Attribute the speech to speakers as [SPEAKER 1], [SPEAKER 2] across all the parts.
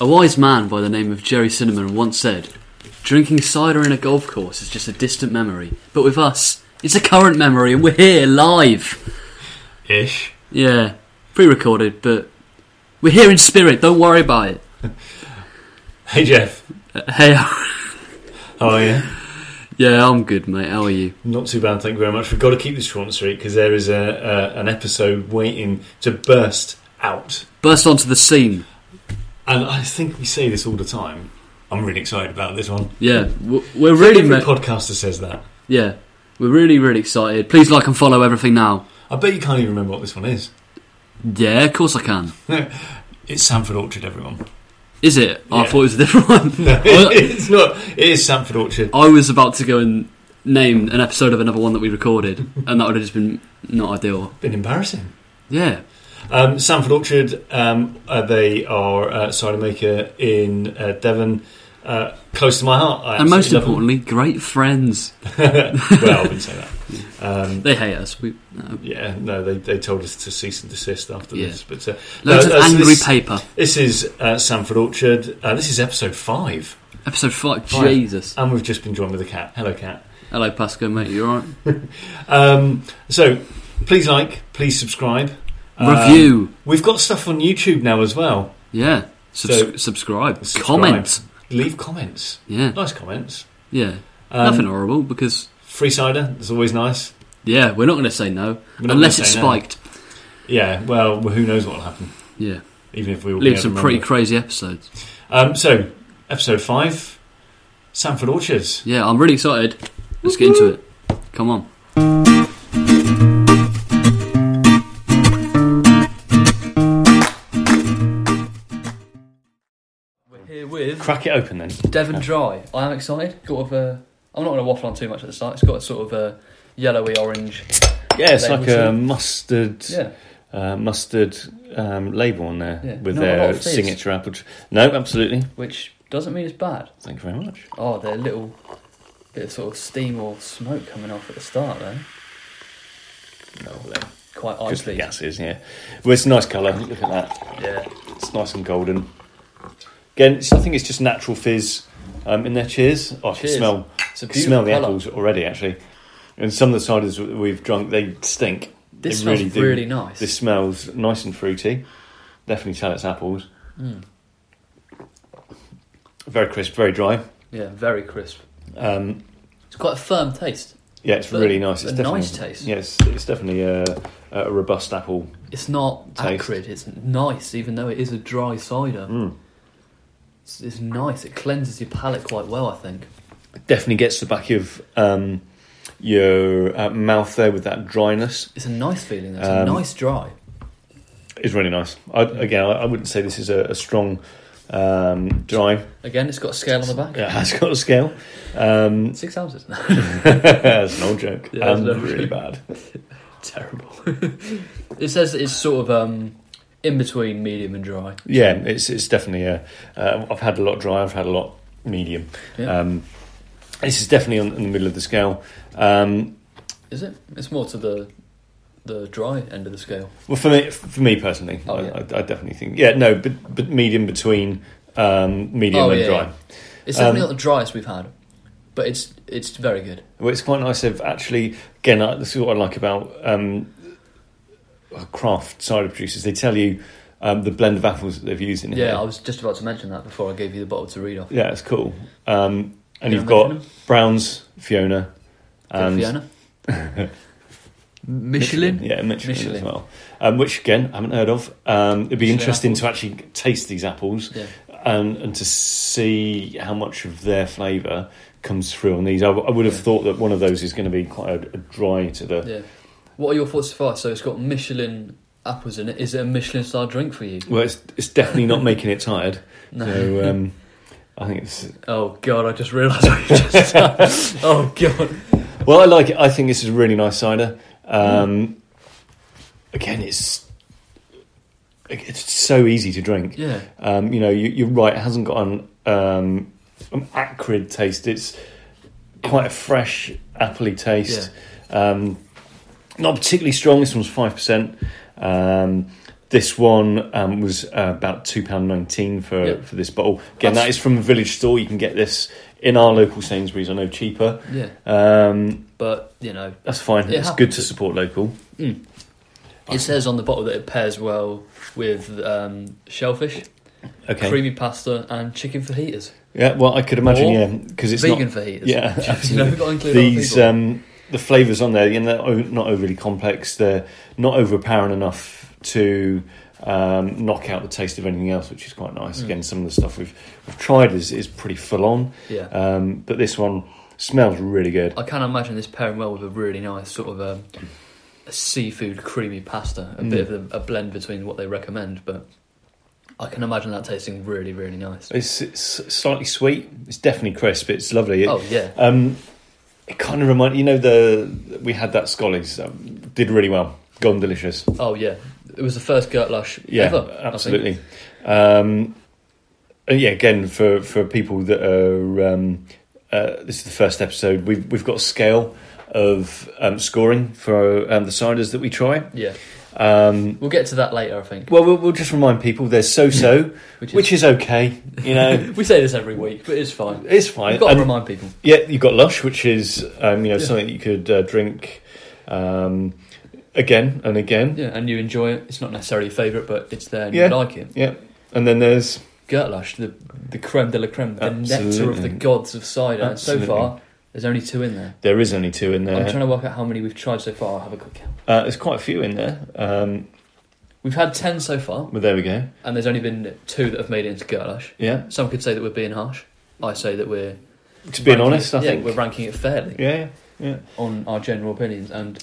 [SPEAKER 1] A wise man by the name of Jerry Cinnamon once said, Drinking cider in a golf course is just a distant memory, but with us, it's a current memory and we're here live.
[SPEAKER 2] Ish.
[SPEAKER 1] Yeah, pre recorded, but we're here in spirit, don't worry about it.
[SPEAKER 2] Hey Jeff.
[SPEAKER 1] Uh, hey,
[SPEAKER 2] How are you?
[SPEAKER 1] yeah, I'm good, mate. How are you?
[SPEAKER 2] Not too bad, thank you very much. We've got to keep this short and sweet because there is a, a an episode waiting to burst out,
[SPEAKER 1] Burst onto the scene.
[SPEAKER 2] and I think we say this all the time. I'm really excited about this one.
[SPEAKER 1] Yeah, w- we're really.
[SPEAKER 2] Every
[SPEAKER 1] ma-
[SPEAKER 2] podcaster says that.
[SPEAKER 1] yeah, we're really, really excited. Please like and follow everything now.
[SPEAKER 2] I bet you can't even remember what this one is.
[SPEAKER 1] Yeah, of course I can.
[SPEAKER 2] It's Sanford Orchard, everyone.
[SPEAKER 1] Is it? Oh, I
[SPEAKER 2] Yeah.
[SPEAKER 1] thought it was a different one.
[SPEAKER 2] No, it's not. It is Sanford Orchard.
[SPEAKER 1] I was about to go and name an episode of another one that we recorded, and that would have just been not ideal.
[SPEAKER 2] Been embarrassing.
[SPEAKER 1] Yeah,
[SPEAKER 2] Um, Sanford Orchard, um, uh, they are uh, cider maker in uh, Devon, uh, close to my heart. I
[SPEAKER 1] and most
[SPEAKER 2] absolutely love
[SPEAKER 1] importantly, great friends.
[SPEAKER 2] them. well, I wouldn't say that. Um,
[SPEAKER 1] They hate us. We no.
[SPEAKER 2] yeah, no, they, they told us to cease and desist after
[SPEAKER 1] Yeah.
[SPEAKER 2] this. But uh,
[SPEAKER 1] loads of
[SPEAKER 2] no, uh, so
[SPEAKER 1] angry
[SPEAKER 2] this,
[SPEAKER 1] paper.
[SPEAKER 2] this is uh, Sanford Orchard. Uh, this is episode five,
[SPEAKER 1] Episode five.
[SPEAKER 2] Five.
[SPEAKER 1] Jesus.
[SPEAKER 2] and we've just been joined with a cat. Hello, cat.
[SPEAKER 1] Hello, Pasco, mate. You alright?
[SPEAKER 2] Um, so please like, please subscribe, Um,
[SPEAKER 1] Review.
[SPEAKER 2] We've got stuff on YouTube now as well.
[SPEAKER 1] Yeah. Subs-
[SPEAKER 2] so-
[SPEAKER 1] subscribe.
[SPEAKER 2] Subscribe.
[SPEAKER 1] Comment.
[SPEAKER 2] Leave comments,
[SPEAKER 1] Yeah.
[SPEAKER 2] nice comments.
[SPEAKER 1] Yeah.
[SPEAKER 2] Um,
[SPEAKER 1] Nothing horrible because
[SPEAKER 2] Free cider is always nice.
[SPEAKER 1] yeah, we're not going to say no
[SPEAKER 2] We're not
[SPEAKER 1] unless
[SPEAKER 2] gonna
[SPEAKER 1] it's
[SPEAKER 2] say no.
[SPEAKER 1] spiked.
[SPEAKER 2] Yeah, well, who knows what will happen?
[SPEAKER 1] Yeah.
[SPEAKER 2] Even if we all
[SPEAKER 1] Leave
[SPEAKER 2] be
[SPEAKER 1] some
[SPEAKER 2] able to
[SPEAKER 1] pretty
[SPEAKER 2] remember.
[SPEAKER 1] crazy episodes.
[SPEAKER 2] Um, so, episode five, Sanford Orchards.
[SPEAKER 1] Yeah, I'm really excited. Let's get into it. Come on. We're here with
[SPEAKER 2] Crack it open then.
[SPEAKER 1] Devon Dry. I am excited. Got a. I'm not going to waffle on too much at the start. It's got a sort of a yellowy orange.
[SPEAKER 2] Yeah, it's
[SPEAKER 1] Label
[SPEAKER 2] like
[SPEAKER 1] two.
[SPEAKER 2] a mustard,
[SPEAKER 1] Yeah.
[SPEAKER 2] uh, mustard um, label on there
[SPEAKER 1] Yeah.
[SPEAKER 2] with
[SPEAKER 1] Not a lot
[SPEAKER 2] their
[SPEAKER 1] of fizz.
[SPEAKER 2] signature apple. Tr- no, absolutely.
[SPEAKER 1] Which doesn't mean it's bad.
[SPEAKER 2] Thank you very much.
[SPEAKER 1] Oh, there's a little bit of sort of steam or smoke coming off at the start there.
[SPEAKER 2] Lovely.
[SPEAKER 1] Quite
[SPEAKER 2] Just the
[SPEAKER 1] icely.
[SPEAKER 2] gases, yeah. Well, it's a nice colour. Look at that.
[SPEAKER 1] Yeah.
[SPEAKER 2] It's nice and golden. Again, it's, I think it's just natural fizz um, in there. Cheers. Oh, I can
[SPEAKER 1] Cheers.
[SPEAKER 2] smell,
[SPEAKER 1] It's a
[SPEAKER 2] I can smell the
[SPEAKER 1] colour.
[SPEAKER 2] apples already, actually. And some of the ciders w- we've drunk, they stink.
[SPEAKER 1] This
[SPEAKER 2] They
[SPEAKER 1] smells
[SPEAKER 2] do.
[SPEAKER 1] really nice.
[SPEAKER 2] This smells nice and fruity. Definitely tell it's apples.
[SPEAKER 1] Hmm.
[SPEAKER 2] Very crisp, very dry.
[SPEAKER 1] Yeah, very crisp.
[SPEAKER 2] Um,
[SPEAKER 1] It's quite a firm taste.
[SPEAKER 2] yeah, it's
[SPEAKER 1] But
[SPEAKER 2] really nice.
[SPEAKER 1] a
[SPEAKER 2] It's definitely,
[SPEAKER 1] nice taste.
[SPEAKER 2] Yeah, it's, it's definitely a, a robust apple.
[SPEAKER 1] It's not
[SPEAKER 2] Taste. Mm.
[SPEAKER 1] acrid. It's nice, even though it is a dry cider. It's, it's nice. It cleanses your palate quite well, I think.
[SPEAKER 2] Definitely gets the back of um, your uh, mouth there with that dryness.
[SPEAKER 1] It's a nice feeling. though. It's
[SPEAKER 2] Um,
[SPEAKER 1] a nice dry.
[SPEAKER 2] is really nice. I,
[SPEAKER 1] Hmm.
[SPEAKER 2] again, I, I wouldn't say this is a, a strong um, dry.
[SPEAKER 1] Again, it's got a scale on the back.
[SPEAKER 2] It has got a scale. Um,
[SPEAKER 1] Six ounces.
[SPEAKER 2] that's an old joke.
[SPEAKER 1] Yeah, that's
[SPEAKER 2] Um,
[SPEAKER 1] an old
[SPEAKER 2] really
[SPEAKER 1] joke.
[SPEAKER 2] bad.
[SPEAKER 1] Terrible. it says it's sort of um, in between medium and dry.
[SPEAKER 2] Yeah, it's it's definitely a. Uh, I've had a lot dry. I've had a lot medium.
[SPEAKER 1] Yeah.
[SPEAKER 2] Um, this is definitely on, in the middle of the scale. Um,
[SPEAKER 1] Is it? It's more to the the dry end of the scale.
[SPEAKER 2] well, for me, for me personally,
[SPEAKER 1] Oh,
[SPEAKER 2] I,
[SPEAKER 1] yeah.
[SPEAKER 2] I, I definitely think yeah, no, but but medium between um, medium
[SPEAKER 1] Oh,
[SPEAKER 2] and
[SPEAKER 1] yeah,
[SPEAKER 2] dry.
[SPEAKER 1] yeah. It's definitely
[SPEAKER 2] Um,
[SPEAKER 1] not the driest we've had, but it's it's very good.
[SPEAKER 2] Well, it's quite nice. They've actually, again, I- this is what I like about um, craft cider producers. They tell you um, the blend of apples that they've used in
[SPEAKER 1] Yeah,
[SPEAKER 2] here.
[SPEAKER 1] I was just about to mention that before I gave you the bottle to read off.
[SPEAKER 2] yeah, it's cool. Um, and
[SPEAKER 1] Yeah,
[SPEAKER 2] you've
[SPEAKER 1] I'm
[SPEAKER 2] got
[SPEAKER 1] liking
[SPEAKER 2] Browns, Fiona, and
[SPEAKER 1] Fiona. Michelin.
[SPEAKER 2] Yeah, Michelin, as
[SPEAKER 1] Michelin.
[SPEAKER 2] well. Um, which again, I haven't heard of. Um, it'd be
[SPEAKER 1] Michelin
[SPEAKER 2] interesting
[SPEAKER 1] apples.
[SPEAKER 2] to actually taste these apples
[SPEAKER 1] Yeah.
[SPEAKER 2] and and to see how much of their flavour comes through on these. I, w- I would have
[SPEAKER 1] Yeah.
[SPEAKER 2] thought that one of those is going to be quite a, a dry to the.
[SPEAKER 1] Yeah. What are your thoughts so far? So it's got Michelin apples in it. Is it a Michelin star drink for you?
[SPEAKER 2] Well, it's it's definitely not making it tired.
[SPEAKER 1] No.
[SPEAKER 2] So um, I think it's
[SPEAKER 1] Oh god, I just realised what you just said. oh god.
[SPEAKER 2] well. I like it. I think this is a really nice cider.
[SPEAKER 1] Mm.
[SPEAKER 2] Um, Again, it's it's so easy to drink.
[SPEAKER 1] Yeah.
[SPEAKER 2] Um, you know, you, you're right. It hasn't got an um, an acrid taste. It's quite a fresh, appley taste. Um, not particularly strong. This one's five percent. Um, This one um, was uh, about two pound nineteen for
[SPEAKER 3] Yep.
[SPEAKER 2] for this bottle.
[SPEAKER 3] That's-
[SPEAKER 2] Again, that is from a village store. You can get this in our local Sainsbury's. I know cheaper.
[SPEAKER 3] Yeah,
[SPEAKER 2] Um,
[SPEAKER 1] But you know,
[SPEAKER 2] that's fine.
[SPEAKER 1] It
[SPEAKER 2] it's
[SPEAKER 1] happens.
[SPEAKER 2] good to support local.
[SPEAKER 1] it says on the bottle that it pairs well with um, shellfish,
[SPEAKER 2] Okay.
[SPEAKER 1] creamy pasta, and chicken fajitas.
[SPEAKER 2] Yeah. Well, I could imagine.
[SPEAKER 1] Or
[SPEAKER 2] yeah, because it's
[SPEAKER 1] Vegan
[SPEAKER 2] not.
[SPEAKER 1] fajitas.
[SPEAKER 2] Yeah.
[SPEAKER 1] you know, we've got to include other
[SPEAKER 2] these
[SPEAKER 1] people.
[SPEAKER 2] um, the flavors on there. You know, they're o- not overly complex. They're not overpowering enough to um, knock out the taste of anything else, which is quite nice. Again, some of the stuff we've we've tried is is pretty full on,
[SPEAKER 1] yeah.
[SPEAKER 2] um, but this one smells really good.
[SPEAKER 1] I can imagine this pairing well with a really nice sort of um, a, seafood creamy pasta, a bit of
[SPEAKER 2] Mm.
[SPEAKER 1] a, a blend between what they recommend. But I can imagine that tasting really, really nice.
[SPEAKER 2] It's, it's slightly sweet. It's definitely crisp. It's lovely. It,
[SPEAKER 1] oh yeah,
[SPEAKER 2] um, it kind of reminds you know the we had that Scully's um, did really well, gone delicious.
[SPEAKER 1] oh yeah. It was the first Gertlush
[SPEAKER 2] Yeah,
[SPEAKER 1] ever. I think.
[SPEAKER 2] absolutely. Um, and yeah, again for for people that are um, uh, this is the first episode. We've we've got a scale of um, scoring for um, the ciders that we try.
[SPEAKER 1] Yeah,
[SPEAKER 2] Um,
[SPEAKER 1] we'll get to that later. I think.
[SPEAKER 2] well, well, we'll just remind people there's so-so,
[SPEAKER 1] Which is,
[SPEAKER 2] which is okay. You know,
[SPEAKER 1] we say this every week, but it's fine.
[SPEAKER 2] it's fine.
[SPEAKER 1] I've got to
[SPEAKER 2] And-
[SPEAKER 1] remind people.
[SPEAKER 2] yeah, you've got Lush, which is um, you know
[SPEAKER 1] Yeah.
[SPEAKER 2] something that you could uh, drink um, again and again.
[SPEAKER 1] Yeah, and you enjoy it. It's not necessarily your favourite, but it's there and
[SPEAKER 2] Yeah.
[SPEAKER 1] you like it.
[SPEAKER 2] Yeah, and then there's
[SPEAKER 1] Gertlush, the the creme de la creme, the nectar of
[SPEAKER 2] Absolutely.
[SPEAKER 1] the gods of cider. And so
[SPEAKER 2] Absolutely.
[SPEAKER 1] far, there's only two in there.
[SPEAKER 2] there is only two in
[SPEAKER 1] I'm
[SPEAKER 2] there.
[SPEAKER 1] trying to work out how many we've tried so far. I'll have a quick count.
[SPEAKER 2] uh, there's quite a few in there. Um,
[SPEAKER 1] We've had 10 so far,
[SPEAKER 2] well, there we go.
[SPEAKER 1] and there's only been two that have made it into Gerlash.
[SPEAKER 2] Yeah,
[SPEAKER 1] Some could say that we're being harsh. I say that we're.
[SPEAKER 2] to being
[SPEAKER 1] ranking-
[SPEAKER 2] honest, I
[SPEAKER 1] yeah,
[SPEAKER 2] think
[SPEAKER 1] We're ranking it fairly
[SPEAKER 2] yeah, yeah,
[SPEAKER 1] on our general opinions, and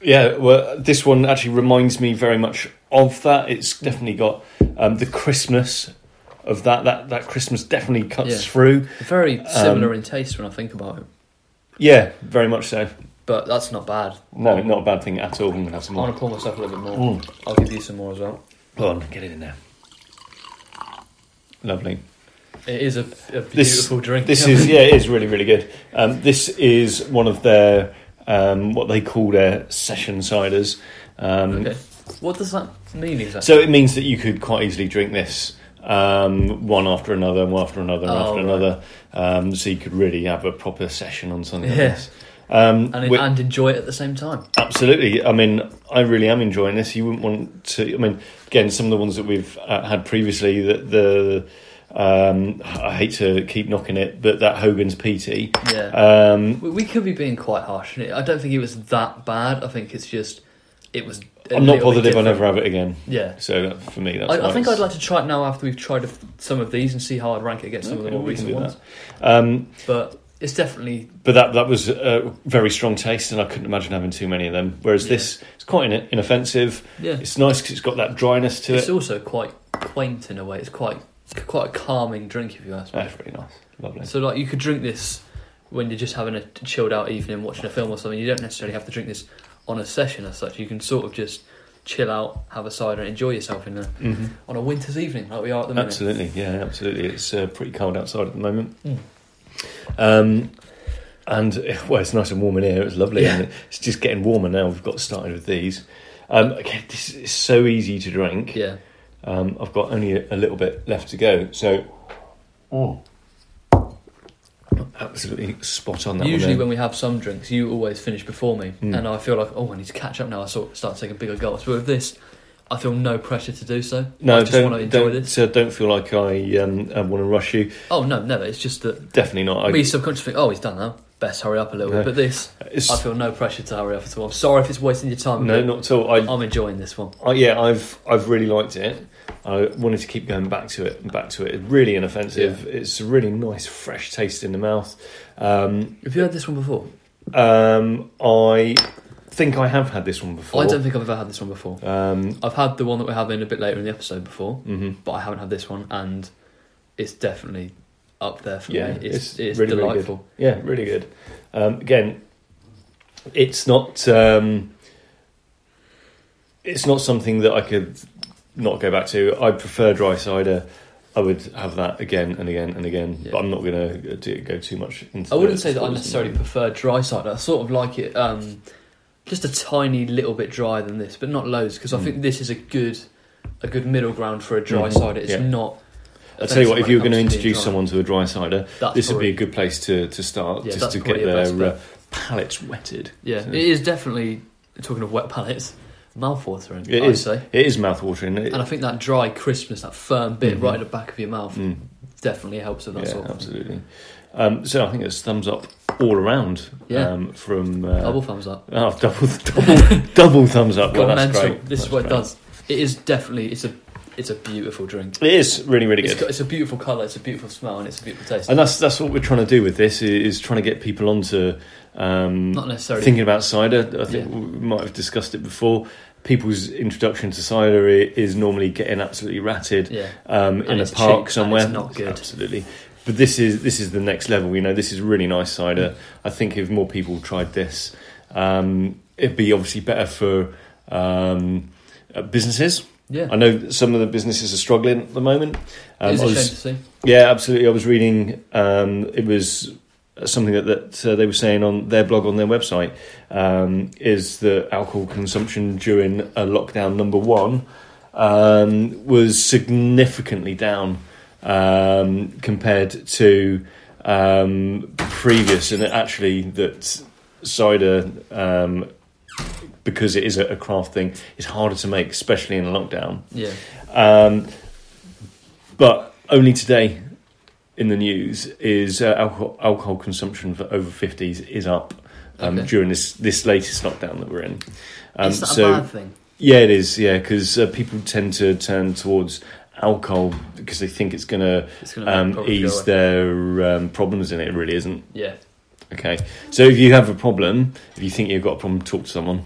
[SPEAKER 2] yeah. Well, this one actually reminds me very much of that. It's definitely got um, the Christmas of that. That that Christmas definitely cuts
[SPEAKER 1] Yeah.
[SPEAKER 2] through.
[SPEAKER 1] very similar
[SPEAKER 2] Um,
[SPEAKER 1] in taste when I think about it.
[SPEAKER 2] Yeah, very much so.
[SPEAKER 1] But that's not bad.
[SPEAKER 2] No, not a bad thing at all. I'm gonna have some
[SPEAKER 1] I
[SPEAKER 2] more.
[SPEAKER 1] want to pour myself a little bit more.
[SPEAKER 2] Mm.
[SPEAKER 1] I'll give you some more as well.
[SPEAKER 2] Go on, get it in there. Lovely.
[SPEAKER 1] It is a, a beautiful drink.
[SPEAKER 2] This is yeah, it is really really good. Um, this is one of their um, what they call their session ciders. Um,
[SPEAKER 1] Okay. What does that mean exactly?
[SPEAKER 2] So it means that you could quite easily drink this um, one after another, one after another, one
[SPEAKER 1] Oh, right.
[SPEAKER 2] after another. Um, so you could really have a proper session on something
[SPEAKER 1] Yeah.
[SPEAKER 2] like this. Um,
[SPEAKER 1] and,
[SPEAKER 2] we-
[SPEAKER 1] and enjoy it at the same time.
[SPEAKER 2] absolutely. I mean, I really am enjoying this. You wouldn't want to. I mean, again, some of the ones that we've uh, had previously, that the um, I hate to keep knocking it, but that Hogan's PT.
[SPEAKER 1] Yeah.
[SPEAKER 2] Um,
[SPEAKER 1] We, we could be being quite harsh. and it- I don't think it was that bad. I think it's just it was. i
[SPEAKER 2] I'm not bothered if I never have it again.
[SPEAKER 1] Yeah,
[SPEAKER 2] So that- for me, that's.
[SPEAKER 1] I, I
[SPEAKER 2] why
[SPEAKER 1] think
[SPEAKER 2] it's-
[SPEAKER 1] I'd like to try it now after we've tried a- some of these and see how I'd rank it against some of the
[SPEAKER 2] Okay,
[SPEAKER 1] more
[SPEAKER 2] we can
[SPEAKER 1] recent
[SPEAKER 2] do
[SPEAKER 1] ones.
[SPEAKER 2] that. Um,
[SPEAKER 1] But it's definitely
[SPEAKER 2] but that that was uh, very strong taste, and I couldn't imagine having too many of them. Whereas this, it's quite in- inoffensive.
[SPEAKER 1] yeah. It's,
[SPEAKER 2] It's nice because it's got that dryness to it.
[SPEAKER 1] also quite quaint in a way. It's quite quite a calming drink if you ask me.
[SPEAKER 2] That's really Ah, nice, lovely.
[SPEAKER 1] So like you could drink this when you're just having a chilled out evening, watching a film or something. You don't necessarily have to drink this on a session as such. You can sort of just chill out, have a cider, and enjoy yourself in a,
[SPEAKER 2] hmm
[SPEAKER 1] on a winter's evening like we are at the minute.
[SPEAKER 2] Absolutely, yeah, absolutely. It's uh, pretty cold outside at the moment.
[SPEAKER 1] Mm.
[SPEAKER 2] Um, and eh, well, it's nice and warm in here. It's lovely.
[SPEAKER 1] Yeah.
[SPEAKER 2] And it's just getting warmer now. We've got started with these. Um, again, this is so easy to drink.
[SPEAKER 1] Yeah.
[SPEAKER 2] Um, I've got only a, a little bit left to go, so. Oh. Absolutely spot on that
[SPEAKER 1] Usually,
[SPEAKER 2] one. there.
[SPEAKER 1] when we have some drinks, you always finish before me,
[SPEAKER 2] Mm.
[SPEAKER 1] and I feel like, oh, I need to catch up now. I sort start taking bigger gulps. But with this, I feel no pressure to do so.
[SPEAKER 2] no,
[SPEAKER 1] I just
[SPEAKER 2] don't,
[SPEAKER 1] want to enjoy
[SPEAKER 2] don't,
[SPEAKER 1] this.
[SPEAKER 2] So don't feel like I, um, I want to rush you.
[SPEAKER 1] Oh no, never. It's just that
[SPEAKER 2] Definitely not. I,
[SPEAKER 1] me subconsciously think, oh, he's done now. Best hurry up a little
[SPEAKER 2] No.
[SPEAKER 1] bit. But this,
[SPEAKER 2] it's-
[SPEAKER 1] I feel no pressure to hurry up at all. I'm sorry if it's wasting your time.
[SPEAKER 2] no,
[SPEAKER 1] but
[SPEAKER 2] not at all. I,
[SPEAKER 1] I'm enjoying this one.
[SPEAKER 2] I, yeah, I've I've really liked it. I wanted to keep going back to it and back to it. It's Really inoffensive. It's a really nice, fresh taste in the mouth. Um,
[SPEAKER 1] Have you had this one before?
[SPEAKER 2] um, I think I have had this one before.
[SPEAKER 1] I don't think I've ever had this one before.
[SPEAKER 2] Um,
[SPEAKER 1] I've had the one that we're having a bit later in the episode before,
[SPEAKER 2] mhm.
[SPEAKER 1] but I haven't had this one, and it's definitely up there for
[SPEAKER 2] Yeah,
[SPEAKER 1] me. It's,
[SPEAKER 2] it's
[SPEAKER 1] it's,
[SPEAKER 2] really, really good.
[SPEAKER 1] delightful.
[SPEAKER 2] Yeah, really good. Um, again, it's not um, it's not something that I could not go back to. I prefer dry cider. I would have that again and again and again,
[SPEAKER 1] Yeah.
[SPEAKER 2] but I'm not going to go too much into.
[SPEAKER 1] I wouldn't
[SPEAKER 2] the
[SPEAKER 1] say that I
[SPEAKER 2] spoils
[SPEAKER 1] necessarily
[SPEAKER 2] and-
[SPEAKER 1] prefer dry cider. I sort of like it um, just a tiny little bit drier than this, but not loads because I
[SPEAKER 2] Mm.
[SPEAKER 1] think this is a good a good middle ground for a dry
[SPEAKER 2] Mhm.
[SPEAKER 1] cider. It's
[SPEAKER 2] Yeah.
[SPEAKER 1] not.
[SPEAKER 2] I'll tell you what, if you were going to
[SPEAKER 1] offensive when it
[SPEAKER 2] introduce
[SPEAKER 1] comes
[SPEAKER 2] someone to a dry cider,
[SPEAKER 1] being dry. That's
[SPEAKER 2] this would be a
[SPEAKER 1] probably-
[SPEAKER 2] good place to, to start,
[SPEAKER 1] Yeah,
[SPEAKER 2] just
[SPEAKER 1] that's
[SPEAKER 2] to get
[SPEAKER 1] probably a
[SPEAKER 2] their
[SPEAKER 1] best bet.
[SPEAKER 2] uh, palates wetted.
[SPEAKER 1] Yeah,
[SPEAKER 2] So-
[SPEAKER 1] it is definitely talking of wet palates, mouthwatering.
[SPEAKER 2] It
[SPEAKER 1] I'd
[SPEAKER 2] is.
[SPEAKER 1] say,
[SPEAKER 2] It is mouthwatering. It,
[SPEAKER 1] and I think that dry crispness, that firm bit
[SPEAKER 2] Mhm.
[SPEAKER 1] right at the back of your mouth,
[SPEAKER 2] Mm,
[SPEAKER 1] definitely helps with that
[SPEAKER 2] yeah,
[SPEAKER 1] sort of thing.
[SPEAKER 2] absolutely. Um, so I think it's thumbs up all around
[SPEAKER 1] Yeah.
[SPEAKER 2] um, from. Uh,
[SPEAKER 1] Double thumbs up.
[SPEAKER 2] Oh, double, double, double thumbs up. Well,
[SPEAKER 1] Gone
[SPEAKER 2] that's
[SPEAKER 1] mental.
[SPEAKER 2] great.
[SPEAKER 1] This is
[SPEAKER 2] That's
[SPEAKER 1] what it
[SPEAKER 2] great.
[SPEAKER 1] does. It is definitely. It's a. It's a beautiful drink.
[SPEAKER 2] It is really, really
[SPEAKER 1] It's
[SPEAKER 2] good.
[SPEAKER 1] got, it's a beautiful colour. It's a beautiful smell, and it's a beautiful taste.
[SPEAKER 2] And that's that's what we're trying to do with this is, is trying to get people onto um,
[SPEAKER 1] Not necessarily.
[SPEAKER 2] thinking about cider. I think
[SPEAKER 1] Yeah.
[SPEAKER 2] we might have discussed it before. People's introduction to cider i- is normally getting absolutely ratted
[SPEAKER 1] yeah.
[SPEAKER 2] um, in
[SPEAKER 1] And
[SPEAKER 2] a
[SPEAKER 1] it's cheap, and
[SPEAKER 2] park
[SPEAKER 1] it's
[SPEAKER 2] somewhere.
[SPEAKER 1] not good.
[SPEAKER 2] Absolutely. But this is this is the next level. You know, this is really nice
[SPEAKER 1] Mm.
[SPEAKER 2] cider. I think if more people tried this, um, it'd be obviously better for um, uh, businesses.
[SPEAKER 1] Yeah.
[SPEAKER 2] I know that some of the businesses are struggling at the moment. Um,
[SPEAKER 1] it is
[SPEAKER 2] I
[SPEAKER 1] a
[SPEAKER 2] was-
[SPEAKER 1] shame to see.
[SPEAKER 2] yeah, absolutely. I was reading. Um, it was something that that uh, they were saying on their blog on their website um, is that alcohol consumption during a lockdown number one um, was significantly down um, compared to um, previous, and that actually that cider. Um, because it is a a craft thing, it's harder to make, especially in a lockdown.
[SPEAKER 1] Yeah.
[SPEAKER 2] Um, but only today in the news is uh, alcohol, alcohol consumption for over 50s is up um,
[SPEAKER 1] Okay.
[SPEAKER 2] during this, this latest lockdown that we're in. Um,
[SPEAKER 1] it's not
[SPEAKER 2] so,
[SPEAKER 1] a bad thing.
[SPEAKER 2] yeah, it is, yeah, because uh, people tend to turn towards alcohol because they think it's going to
[SPEAKER 1] It's going to
[SPEAKER 2] um,
[SPEAKER 1] probably go
[SPEAKER 2] ease
[SPEAKER 1] away.
[SPEAKER 2] their um, problems, and it really isn't.
[SPEAKER 1] Yeah.
[SPEAKER 2] Okay, so if you have a problem, if you think you've got a problem, talk to someone.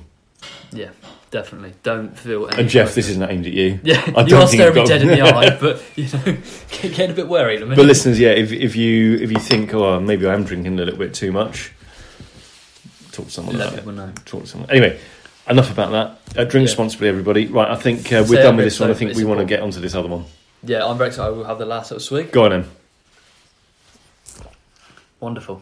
[SPEAKER 1] Yeah. Definitely. Don't feel. Any
[SPEAKER 2] And Jeff, this
[SPEAKER 1] pressure.
[SPEAKER 2] isn't aimed at you.
[SPEAKER 1] Yeah,
[SPEAKER 2] I
[SPEAKER 1] you
[SPEAKER 2] don't
[SPEAKER 1] are
[SPEAKER 2] think
[SPEAKER 1] staring me
[SPEAKER 2] I've got-
[SPEAKER 1] dead in the eye, but you know, get, get a bit wary. But
[SPEAKER 2] But listeners, yeah, if, if you if you think, oh, maybe I am drinking a little bit too much, talk to someone
[SPEAKER 1] let
[SPEAKER 2] about it.
[SPEAKER 1] people know.
[SPEAKER 2] Talk to someone. Anyway, enough about that. Uh, drink
[SPEAKER 1] Yeah.
[SPEAKER 2] responsibly, everybody. Right, I think uh,
[SPEAKER 1] Say
[SPEAKER 2] we're
[SPEAKER 1] that
[SPEAKER 2] done with
[SPEAKER 1] bit,
[SPEAKER 2] this one. I
[SPEAKER 1] so
[SPEAKER 2] think
[SPEAKER 1] it's
[SPEAKER 2] we want to
[SPEAKER 1] important.
[SPEAKER 2] get onto this other one.
[SPEAKER 1] Yeah, I'm very excited. We'll have the last little swig.
[SPEAKER 2] Go on, then.
[SPEAKER 1] Wonderful.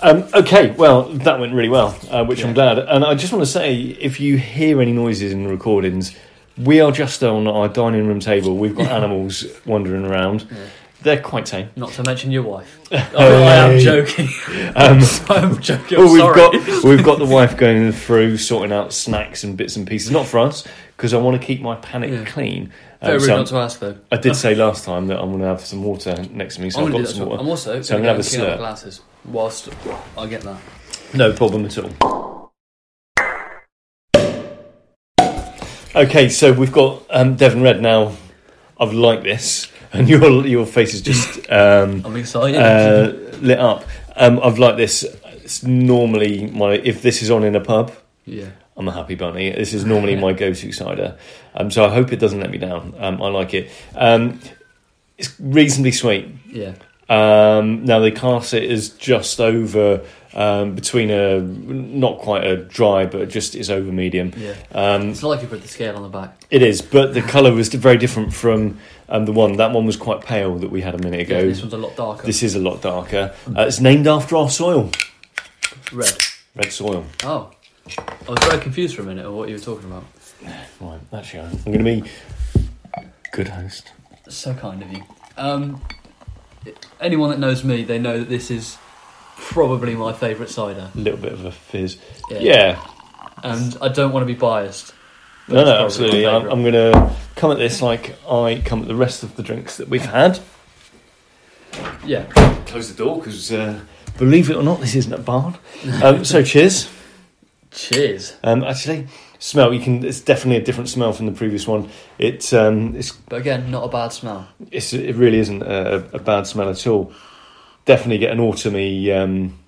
[SPEAKER 2] Um, okay, well, that went really well, uh, which I'm
[SPEAKER 1] Yeah.
[SPEAKER 2] glad. And I just want to say, if you hear any noises in the recordings, we are just on our dining room table. We've got animals wandering around.
[SPEAKER 1] Yeah.
[SPEAKER 2] They're quite tame.
[SPEAKER 1] Not to mention your wife. Oh, I am
[SPEAKER 2] Hey.
[SPEAKER 1] joking.
[SPEAKER 2] Um,
[SPEAKER 1] I'm joking. I'm
[SPEAKER 2] Well, we've
[SPEAKER 1] sorry.
[SPEAKER 2] got we've got the wife going through sorting out snacks and bits and pieces. Not for us because I want to keep my panic
[SPEAKER 1] Yeah.
[SPEAKER 2] clean. Um,
[SPEAKER 1] Very rude
[SPEAKER 2] so
[SPEAKER 1] not to ask though.
[SPEAKER 2] I did say last time that I'm going to have some water next to me, so
[SPEAKER 1] I'm
[SPEAKER 2] I've
[SPEAKER 1] gonna do
[SPEAKER 2] got
[SPEAKER 1] that.
[SPEAKER 2] some
[SPEAKER 1] too.
[SPEAKER 2] water.
[SPEAKER 1] I'm also
[SPEAKER 2] So I'm
[SPEAKER 1] gonna
[SPEAKER 2] gonna
[SPEAKER 1] go
[SPEAKER 2] have a
[SPEAKER 1] and clean
[SPEAKER 2] slurp.
[SPEAKER 1] up glasses whilst I get that.
[SPEAKER 2] No problem at all. Okay, so we've got um, Devon Red now. I've liked this, and your your face is just um,
[SPEAKER 1] I'm excited.
[SPEAKER 2] uh, lit up. Um, I've liked this. It's normally my if this is on in a pub,
[SPEAKER 1] yeah.
[SPEAKER 2] I'm a happy bunny. This is normally my go-to cider, um, so I hope it doesn't let me down. Um, I like it. Um, it's reasonably sweet.
[SPEAKER 1] Yeah.
[SPEAKER 2] Um, now they cast it as just over um, between a not quite a dry, but just is over medium.
[SPEAKER 1] Yeah.
[SPEAKER 2] Um,
[SPEAKER 1] It's like you put the scale on the back.
[SPEAKER 2] it is, but the colour was very different from um, the one. That one was quite pale that we had a minute
[SPEAKER 1] Yeah,
[SPEAKER 2] ago.
[SPEAKER 1] this one's Hmm. a lot darker.
[SPEAKER 2] This is a lot darker. Uh, it's named after our soil,
[SPEAKER 1] Red.
[SPEAKER 2] red soil.
[SPEAKER 1] Oh. I was very confused for a minute of what you were talking about.
[SPEAKER 2] Right, actually, I'm going to be good host.
[SPEAKER 1] So kind of you. Um, anyone that knows me, they know that this is probably my favourite cider,
[SPEAKER 2] A little bit of a fizz.
[SPEAKER 1] Yeah.
[SPEAKER 2] yeah.
[SPEAKER 1] and I don't want to be biased. but
[SPEAKER 2] No,
[SPEAKER 1] it's
[SPEAKER 2] no,
[SPEAKER 1] probably
[SPEAKER 2] absolutely.
[SPEAKER 1] my
[SPEAKER 2] I'm,
[SPEAKER 1] favourite.
[SPEAKER 2] I'm going to come at this like I come at the rest of the drinks that we've had.
[SPEAKER 1] yeah,
[SPEAKER 2] Close the door because, uh, believe it or not, this isn't a bar. Um, so, cheers.
[SPEAKER 1] cheers.
[SPEAKER 2] Um, actually, smell. You can. It's definitely a different smell from the previous one. It. Um, it's.
[SPEAKER 1] But again, not a bad smell.
[SPEAKER 2] It's. It really isn't a, a bad smell at all. Definitely get an autumny um,